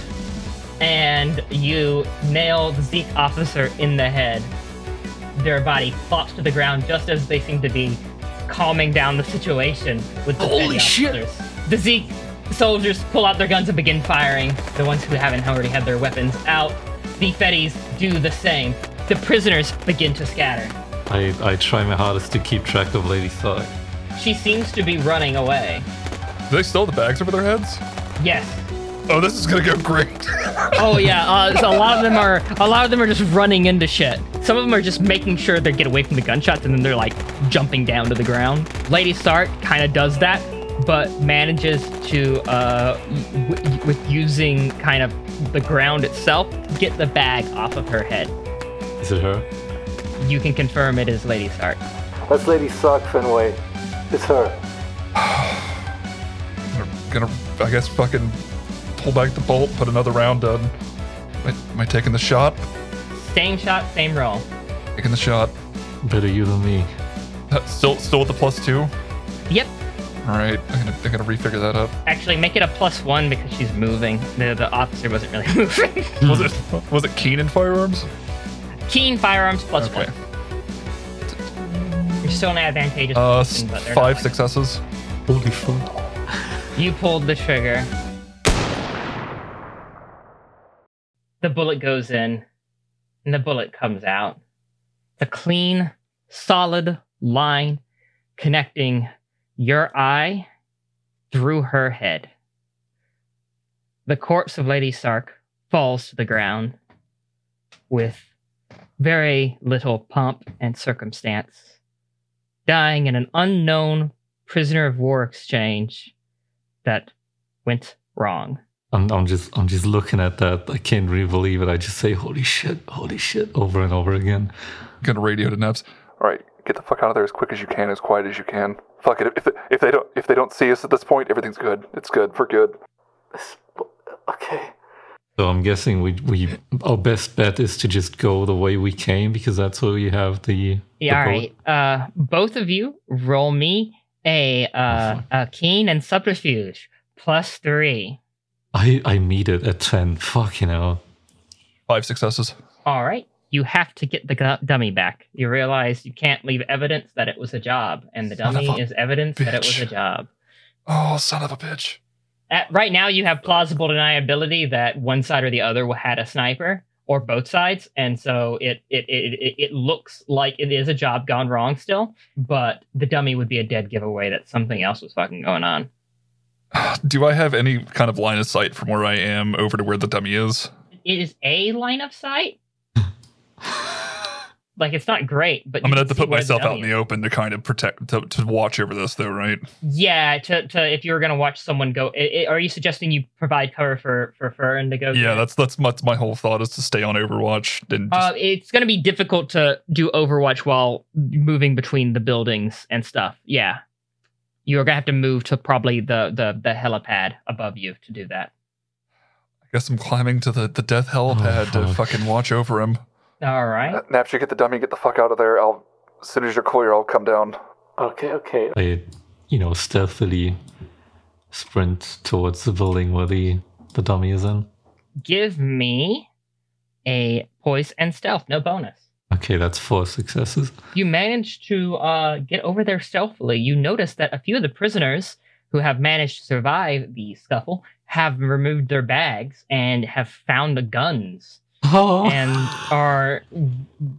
S4: and you nail the zeke officer in the head their body flops to the ground just as they seem to be calming down the situation with the holy shit the zeke soldiers pull out their guns and begin firing the ones who haven't already had their weapons out the fetties do the same the prisoners begin to scatter
S2: I, I try my hardest to keep track of Lady Thug.
S4: she seems to be running away
S3: Do they still have the bags over their heads?
S4: yes
S3: Oh, this is gonna go great.
S4: Oh yeah, uh, so a lot of them are a lot of them are just running into shit. Some of them are just making sure they get away from the gunshots, and then they're like jumping down to the ground. Lady Stark kind of does that, but manages to, uh, w- w- with using kind of the ground itself, get the bag off of her head.
S2: Is it her?
S4: You can confirm it is Lady Stark.
S7: That's Lady Sock Fenway. It's her.
S3: gonna, I guess, fucking pull back the bolt, put another round down. Am I, am I taking the shot?
S4: Same shot, same roll.
S3: Taking the shot.
S2: Better you than me.
S3: Uh, Still, still with the plus two. All
S4: Yep.
S3: right, I'm gonna, I'm gonna refigure that up.
S4: Actually, make it a plus one because she's moving. The, the officer wasn't really moving.
S3: Was it, was it Keenan firearms?
S4: Keen firearms plus
S3: Okay.
S4: one. You're still an advantageous.
S3: Uh, s-
S4: position, but they're not
S3: five
S4: like-
S3: successes.
S2: Holy fuck.
S4: You pulled the trigger. The bullet goes in, and the bullet comes out. A clean, solid line connecting your eye through her head. The corpse of Lady Sark falls to the ground with very little pomp and circumstance, dying in an unknown prisoner of war exchange that went wrong.
S2: I'm, I'm just I'm just looking at that. I can't really believe it. I just say holy shit, holy shit over and over again.
S3: Gonna radio to Neps.
S8: All right, get the fuck out of there as quick as you can, as quiet as you can. Fuck it. If, if they don't if they don't see us at this point, everything's good. It's good. We're good.
S7: Okay.
S2: So I'm guessing we we our best bet is to just go the way we came because that's where you have the.
S4: Yeah, all
S2: the boat.
S4: right. Uh, both of you roll me a uh, a keen and subterfuge plus three.
S2: I I meet it at ten. Fucking hell.
S3: Five successes.
S4: All right. You have to get the gu- dummy back. You realize you can't leave evidence that it was a job, and the
S3: Son of
S4: dummy
S3: a
S4: is evidence that it was a
S3: bitch.
S4: job.
S3: Oh, son of a bitch.
S4: At, right now, you have plausible deniability that one side or the other had a sniper or both sides, and so it it it it, it looks like it is a job gone wrong still. But the dummy would be a dead giveaway that something else was fucking going on.
S3: Do I have any kind of line of sight from where I am over to where the dummy is?
S4: It is a line of sight. like it's not great, but
S3: I'm
S4: you
S3: gonna have
S4: can
S3: to
S4: see
S3: put
S4: where
S3: myself out in
S4: dummy
S3: the open to kind of protect to, to watch over this, though, right?
S4: is. Yeah, to, to if you were gonna watch someone go, i i are you suggesting you provide cover for for Furin to go?
S3: Yeah,
S4: through?
S3: that's that's my, my whole thought is to stay on Overwatch and just
S4: Uh, it's going to be difficult to do Overwatch while moving between the buildings and stuff. Yeah, you're going to have to move to probably the, the the helipad above you to do that.
S3: I guess I'm climbing to the, the death helipad to
S2: fuck.
S3: fucking watch over him.
S4: All right.
S8: Uh, Naps, you get the dummy. Get the fuck out of there. I'll as soon as you're clear, I'll come down.
S7: Okay, okay.
S2: I you know stealthily sprint towards the building where the, the dummy is in.
S4: Give me a poise and stealth, no bonus.
S2: Okay, that's four successes.
S4: You manage to uh, get over there stealthily. You notice that a few of the prisoners who have managed to survive the scuffle have removed their bags and have found the guns
S2: Oh.
S4: and are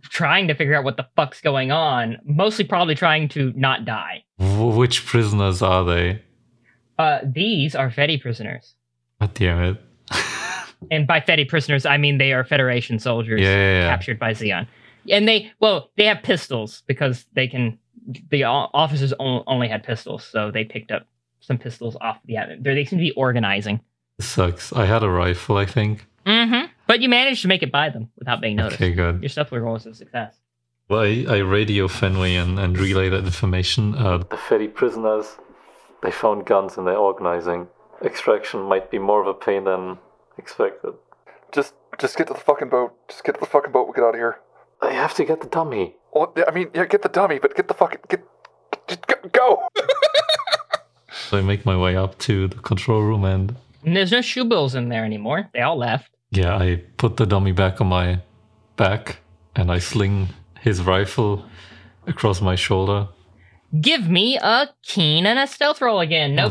S4: trying to figure out what the fuck's going on. Mostly, probably trying to not die.
S2: Wh- Which prisoners are they?
S4: Uh, these are Fedi prisoners,
S2: God damn it.
S4: and by Fedi prisoners, I mean they are Federation soldiers
S2: Yeah, yeah, yeah.
S4: captured by Xeon. And they, well, they have pistols because they can. The o- officers on- only had pistols, so they picked up some pistols off. Yeah, they're- they seem to be organizing.
S2: This sucks. I had a rifle, I think.
S4: Mm-hmm. But you managed to make it by them without being noticed.
S2: Okay, good.
S4: Your stuff roll was a success.
S2: Well, I, I radio Fenway and, and relay that information. Uh,
S7: The ferry prisoners, they found guns and they're organizing. Extraction might be more of a pain than expected.
S8: Just just get to the fucking boat. Just get to the fucking boat. We'll get out of here.
S7: I have to get the dummy.
S8: Well, yeah, I mean, yeah, get the dummy, but get the fucking get. Just go- go.
S2: so I make my way up to the control room and
S4: And there's no shoe bills in there anymore. They all left.
S2: yeah, I put the dummy back on my back and I sling his rifle across my shoulder.
S4: Give me a keen and a stealth roll again.
S2: Oh,
S4: No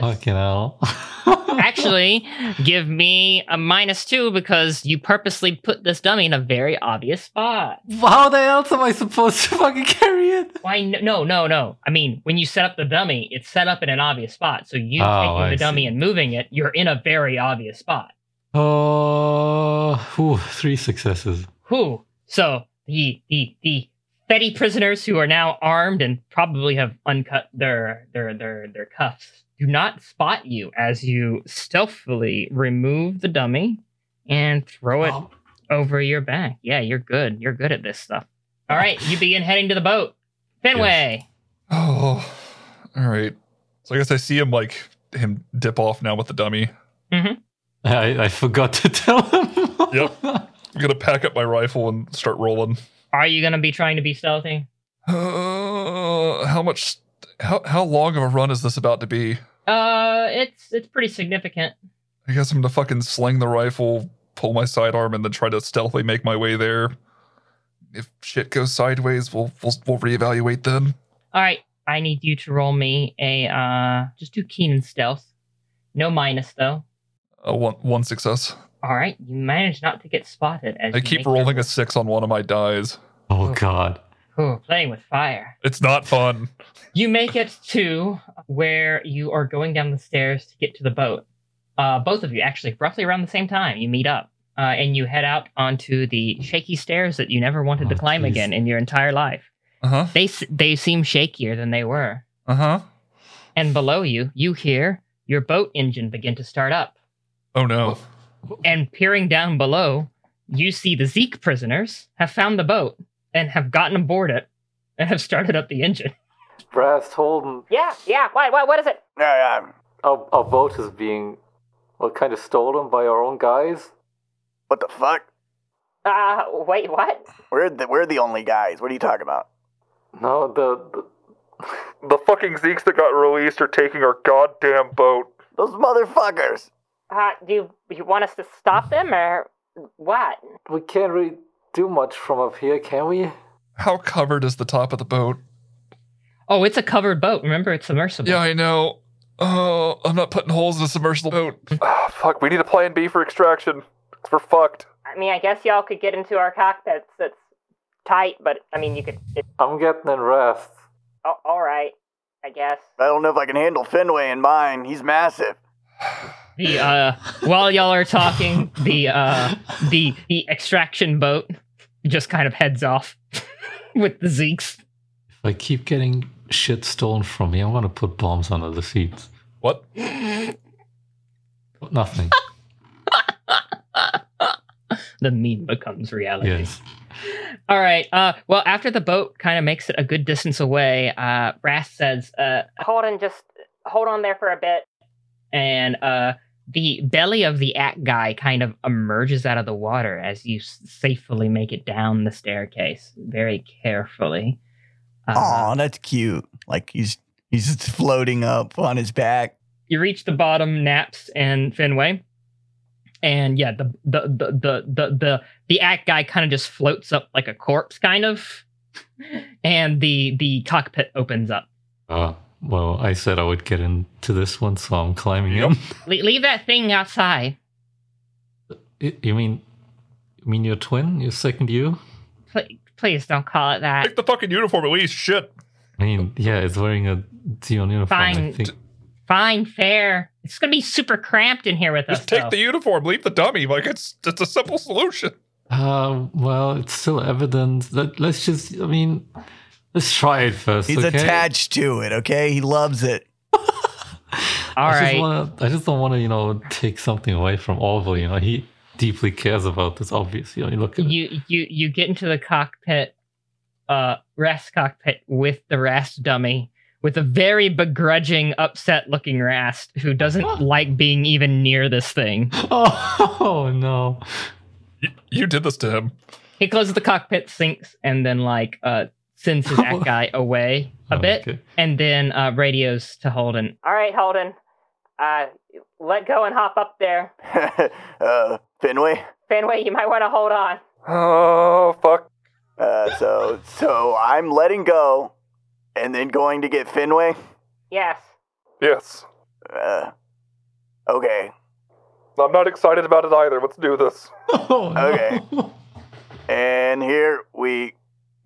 S2: Fucking hell.
S4: Actually, give me a minus two because you purposely put this dummy in a very obvious spot.
S2: How the else am I supposed to fucking carry it?
S4: Why? n- No, no, no. I mean, when you set up the dummy, it's set up in an obvious spot. So you
S2: Oh,
S4: taking
S2: I
S4: the dummy
S2: see.
S4: and moving it, you're in a very obvious spot.
S2: Oh, whew, three successes.
S4: Who? So the the the Fetty prisoners who are now armed and probably have uncut their their their their cuffs do not spot you as you stealthily remove the dummy and throw it
S2: Oh.
S4: over your back. Yeah, you're good. You're good at this stuff. All right, you begin heading to the boat. Fenway.
S3: Oh, all right. So I guess I see him like him dip off now with the dummy.
S2: I, I forgot to tell him.
S3: Yep. I'm gonna pack up my rifle and start rolling.
S4: Are you going to be trying to be stealthy?
S3: Uh, how much? How how long of a run is this about to be?
S4: Uh, it's it's pretty significant.
S3: I guess I'm gonna fucking sling the rifle, pull my sidearm, and then try to stealthily make my way there. If shit goes sideways, we'll we'll, we'll reevaluate then.
S4: All right, I need you to roll me a uh just do keen and stealth. No minus though.
S3: Uh, one one success.
S4: All right, you manage not to get spotted as
S3: I
S4: you
S3: keep
S4: make your-
S3: rolling a six on one of my dies.
S2: Oh, God.
S4: Ooh, playing with fire.
S3: It's not fun.
S4: You make it to where you are going down the stairs to get to the boat. Uh, both of you, actually, roughly around the same time, you meet up uh, and you head out onto the shaky stairs that you never wanted to
S2: Oh,
S4: climb
S2: jeez.
S4: again in your entire life.
S3: Uh huh.
S4: They s- they seem shakier than they were.
S3: Uh huh.
S4: And below you, you hear your boat engine begin to start up.
S3: Oh no.
S4: and peering down below, you see the Zeke prisoners have found the boat and have gotten aboard it and have started up the engine.
S7: Brass Holden,
S6: Yeah, yeah. Why? Why? What is it?
S7: our, our boat is being, well, kind of stolen by our own guys.
S9: What the fuck?
S6: Uh, wait. What?
S9: We're the we're the only guys. What are you talking about?
S7: No, the,
S8: The fucking Zeeks that got released are taking our goddamn boat.
S9: Those motherfuckers.
S6: Uh, do you, you want us to stop them or what?
S7: the we can't really do much from up here, can we?
S3: How covered is the top of the boat?
S4: Oh, it's a covered boat. Remember, it's submersible.
S3: Yeah, I know. Oh, I'm not putting holes in a submersible boat.
S8: Ah, fuck, we need a plan B for extraction. 'cause We're fucked.
S6: I mean, I guess y'all could get into our cockpits. It's tight, but I mean, you could. It,
S7: I'm getting in rest.
S6: oh, all right, I guess.
S9: I don't know if I can handle Fenway in mine. He's massive.
S4: The uh, while y'all are talking, the uh, the the extraction boat just kind of heads off with the Zeeks.
S2: If I keep getting shit stolen from me, I'm going to put bombs under the seats.
S3: What?
S2: Nothing.
S4: The meme becomes reality.
S2: yes.
S4: All right. Uh, well, after the boat kind of makes it a good distance away, uh, Rath says, uh,
S6: Holden, just hold on there for a bit.
S4: and uh the belly of the act guy kind of emerges out of the water as you s- safely make it down the staircase very carefully Uh,
S9: Aw, that's cute. Like he's he's just floating up on his back.
S4: you reach the bottom, Naps and Fenway, and yeah, the the the the the the, the act guy kind of just floats up like a corpse, kind of, and the the cockpit opens up.
S2: Uh, well, I said I would get into this one, so I'm climbing
S3: Yep.
S2: in.
S4: Le- leave that thing outside.
S2: Y- You mean, you mean your twin, your second you?
S4: Pl- please don't call it that.
S3: Take the fucking uniform at least. Shit.
S2: I mean, yeah, it's wearing a Dion uniform. I
S4: Fine.
S2: think.
S4: Fine, fair. It's gonna be super cramped in here with us.
S3: Just take
S4: though.
S3: the uniform. Leave the dummy. Like it's it's a simple solution.
S2: Uh, well, it's still evident. Let, let's just, I mean, let's try it first.
S1: He's
S2: okay?
S1: attached to it, okay? He loves it.
S4: All
S2: I
S4: right.
S2: Just wanna, I just don't want to, you know, take something away from Orville. You know, he deeply cares about this. Obviously, you know, you look at it.
S4: you you you get into the cockpit uh rast cockpit with the rast dummy with a very begrudging upset looking rast who doesn't like being even near this thing
S2: Oh, no!
S3: You did this to him.
S4: he closes the cockpit sinks and then like uh sends his act guy away a bit
S2: Oh, Okay.
S4: and then uh radios to holden
S6: All right, Holden. Uh, let go and hop up there.
S9: uh, Fenway.
S6: Fenway, you might want to hold on.
S8: Oh fuck!
S9: Uh, so so I'm letting go, and then going to get Fenway.
S6: Yes.
S8: Yes,
S9: Uh, okay,
S8: I'm not excited about it either. Let's do this.
S2: Oh, no.
S9: Okay. and here we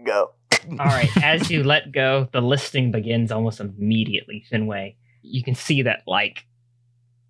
S9: go.
S4: All right. As you let go, the listing begins almost immediately, Finway. You can see that, like,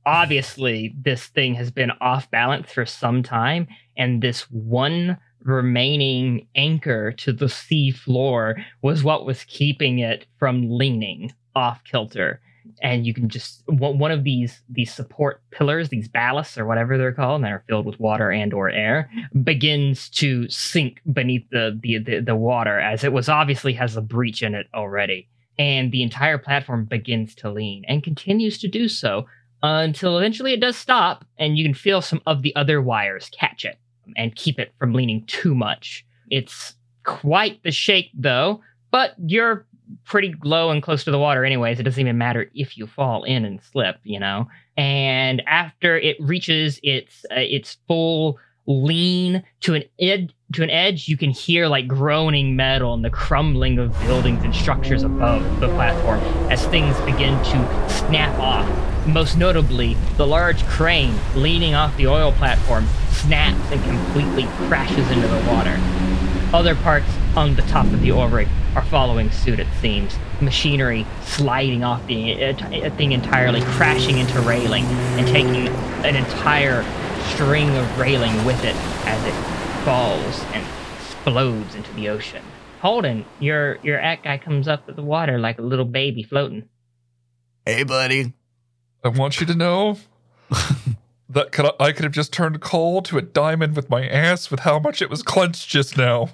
S4: obviously, this thing has been off balance for some time, and this one remaining anchor to the sea floor was what was keeping it from leaning off kilter. And you can just one one of these these support pillars, these ballasts or whatever they're called, and they're filled with water and or air begins to sink beneath the, the the the water as it was obviously has a breach in it already and the entire platform begins to lean and continues to do so until eventually it does stop and you can feel some of the other wires catch it and keep it from leaning too much it's quite the shake though but you're pretty low and close to the water anyways it doesn't even matter if you fall in and slip you know and after it reaches its uh, its full lean to an ed- to an edge, you can hear like groaning metal and the crumbling of buildings and structures above the platform as things begin to snap off. Most notably, the large crane leaning off the oil platform snaps and completely crashes into the water. Other parts on the top of the oil rig are following suit, it seems. Machinery sliding off the uh, t- uh, thing entirely, crashing into railing, and taking an entire string of railing with it as it falls and explodes into the ocean. Holden, your your act guy comes up at the water like a little baby floating.
S1: Hey, buddy.
S3: I want you to know that could I, I could have just turned coal to a diamond with my ass with how much it was clenched just now.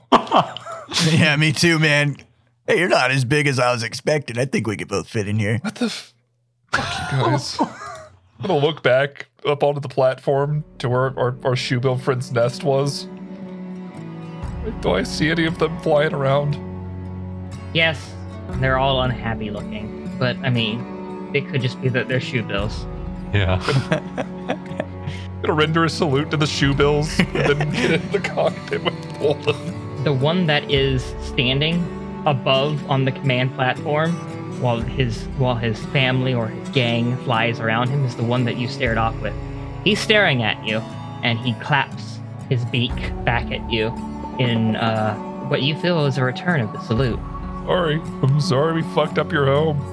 S1: yeah, me too, man. Hey, you're not as big as I was expecting. I think we could both fit in here.
S3: What the f- fuck, you guys? I'm gonna look back up onto the platform to where our, our shoebill friend's nest was. Do I see any of them flying around?
S4: Yes, they're all unhappy looking, but I mean, it could just be that they're shoe bills.
S2: Yeah.
S3: gonna render a salute to the shoebills and then get in the cockpit with Bolden.
S4: the one that is standing above on the command platform while his while his family or his gang flies around him is the one that you stared off with. He's staring at you and he claps his beak back at you in uh, what you feel is a return of the salute.
S3: Sorry, I'm sorry we fucked up your home.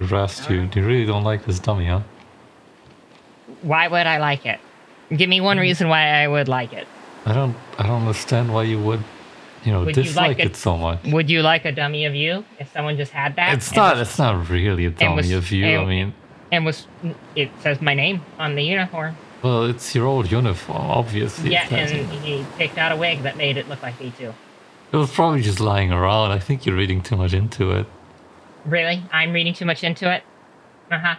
S2: Rast, you, you really don't like this dummy, huh?
S4: Why would I like it? Give me one reason why I would like it.
S2: I don't, I don't understand why you would, you know,
S4: Would you
S2: dislike
S4: like
S2: it?
S4: it?
S2: so much.
S4: Would you like a dummy of you if someone just had that?
S2: It's
S4: and
S2: not,
S4: was-
S2: it's not really a dummy
S4: was-
S2: of you. I
S4: and-
S2: mean,
S4: and was it says my name on the uniform.
S2: well, it's your old uniform, obviously.
S4: Yeah,
S2: That's-
S4: and he picked out a wig that made it look like me too.
S2: It was probably just lying around. I think you're reading too much into it.
S4: Really? I'm reading too much into it? Uh huh.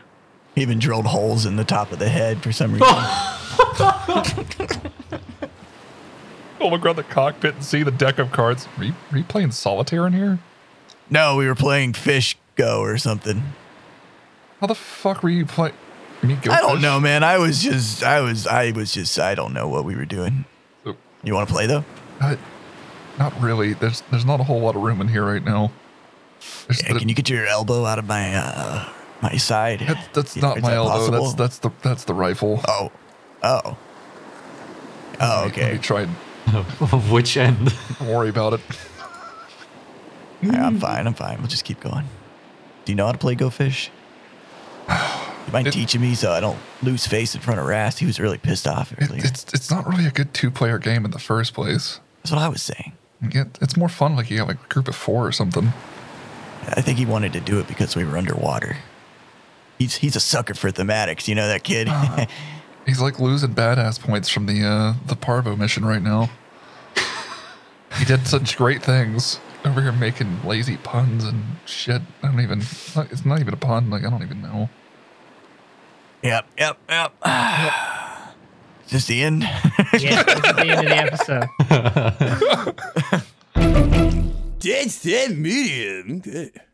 S1: Even drilled holes in the top of the head for some reason.
S3: Oh, look around the cockpit and see the deck of cards. Are you, are you playing solitaire in here?
S1: no, we were playing fish go or something.
S3: How the fuck were you playing?
S1: I don't know, man. I was just, I was, I was just, I don't know what we were doing.
S3: Oop.
S1: You want to play though?
S3: Not, not really. There's there's not a whole lot of room in here right now. There's-
S1: Yeah, can you get your elbow out of my, uh, my side?
S3: that- that's
S1: Yeah,
S3: not
S1: is
S3: my
S1: that
S3: elbow.
S1: possible?
S3: That's that's the that's the rifle.
S1: Oh, oh, oh.
S3: Let me
S1: Okay.
S3: try. and
S2: Of which end?
S3: Don't worry about it.
S1: Yeah, I'm fine. I'm fine. We'll just keep going. Do you know how to play Go Fish? You mind
S3: It-
S1: teaching me so I don't lose face in front of Rast? He was really pissed off
S3: it
S1: earlier.
S3: it's it's not really a good two player game in the first place.
S1: That's what I was saying.
S3: It, it's more fun like you have like a group of four or something.
S1: I think he wanted to do it because we were underwater. He's he's a sucker for thematics. You know that kid.
S3: Uh-huh. He's like losing badass points from the uh, the Parvo mission right now. he did such great things over here, making lazy puns and shit. I don't even. It's not even a pun. Like I don't even know.
S1: yep, yep, yep. Is this the end?
S4: Yeah, this is the end of the episode.
S10: Dead Set Medium. Good.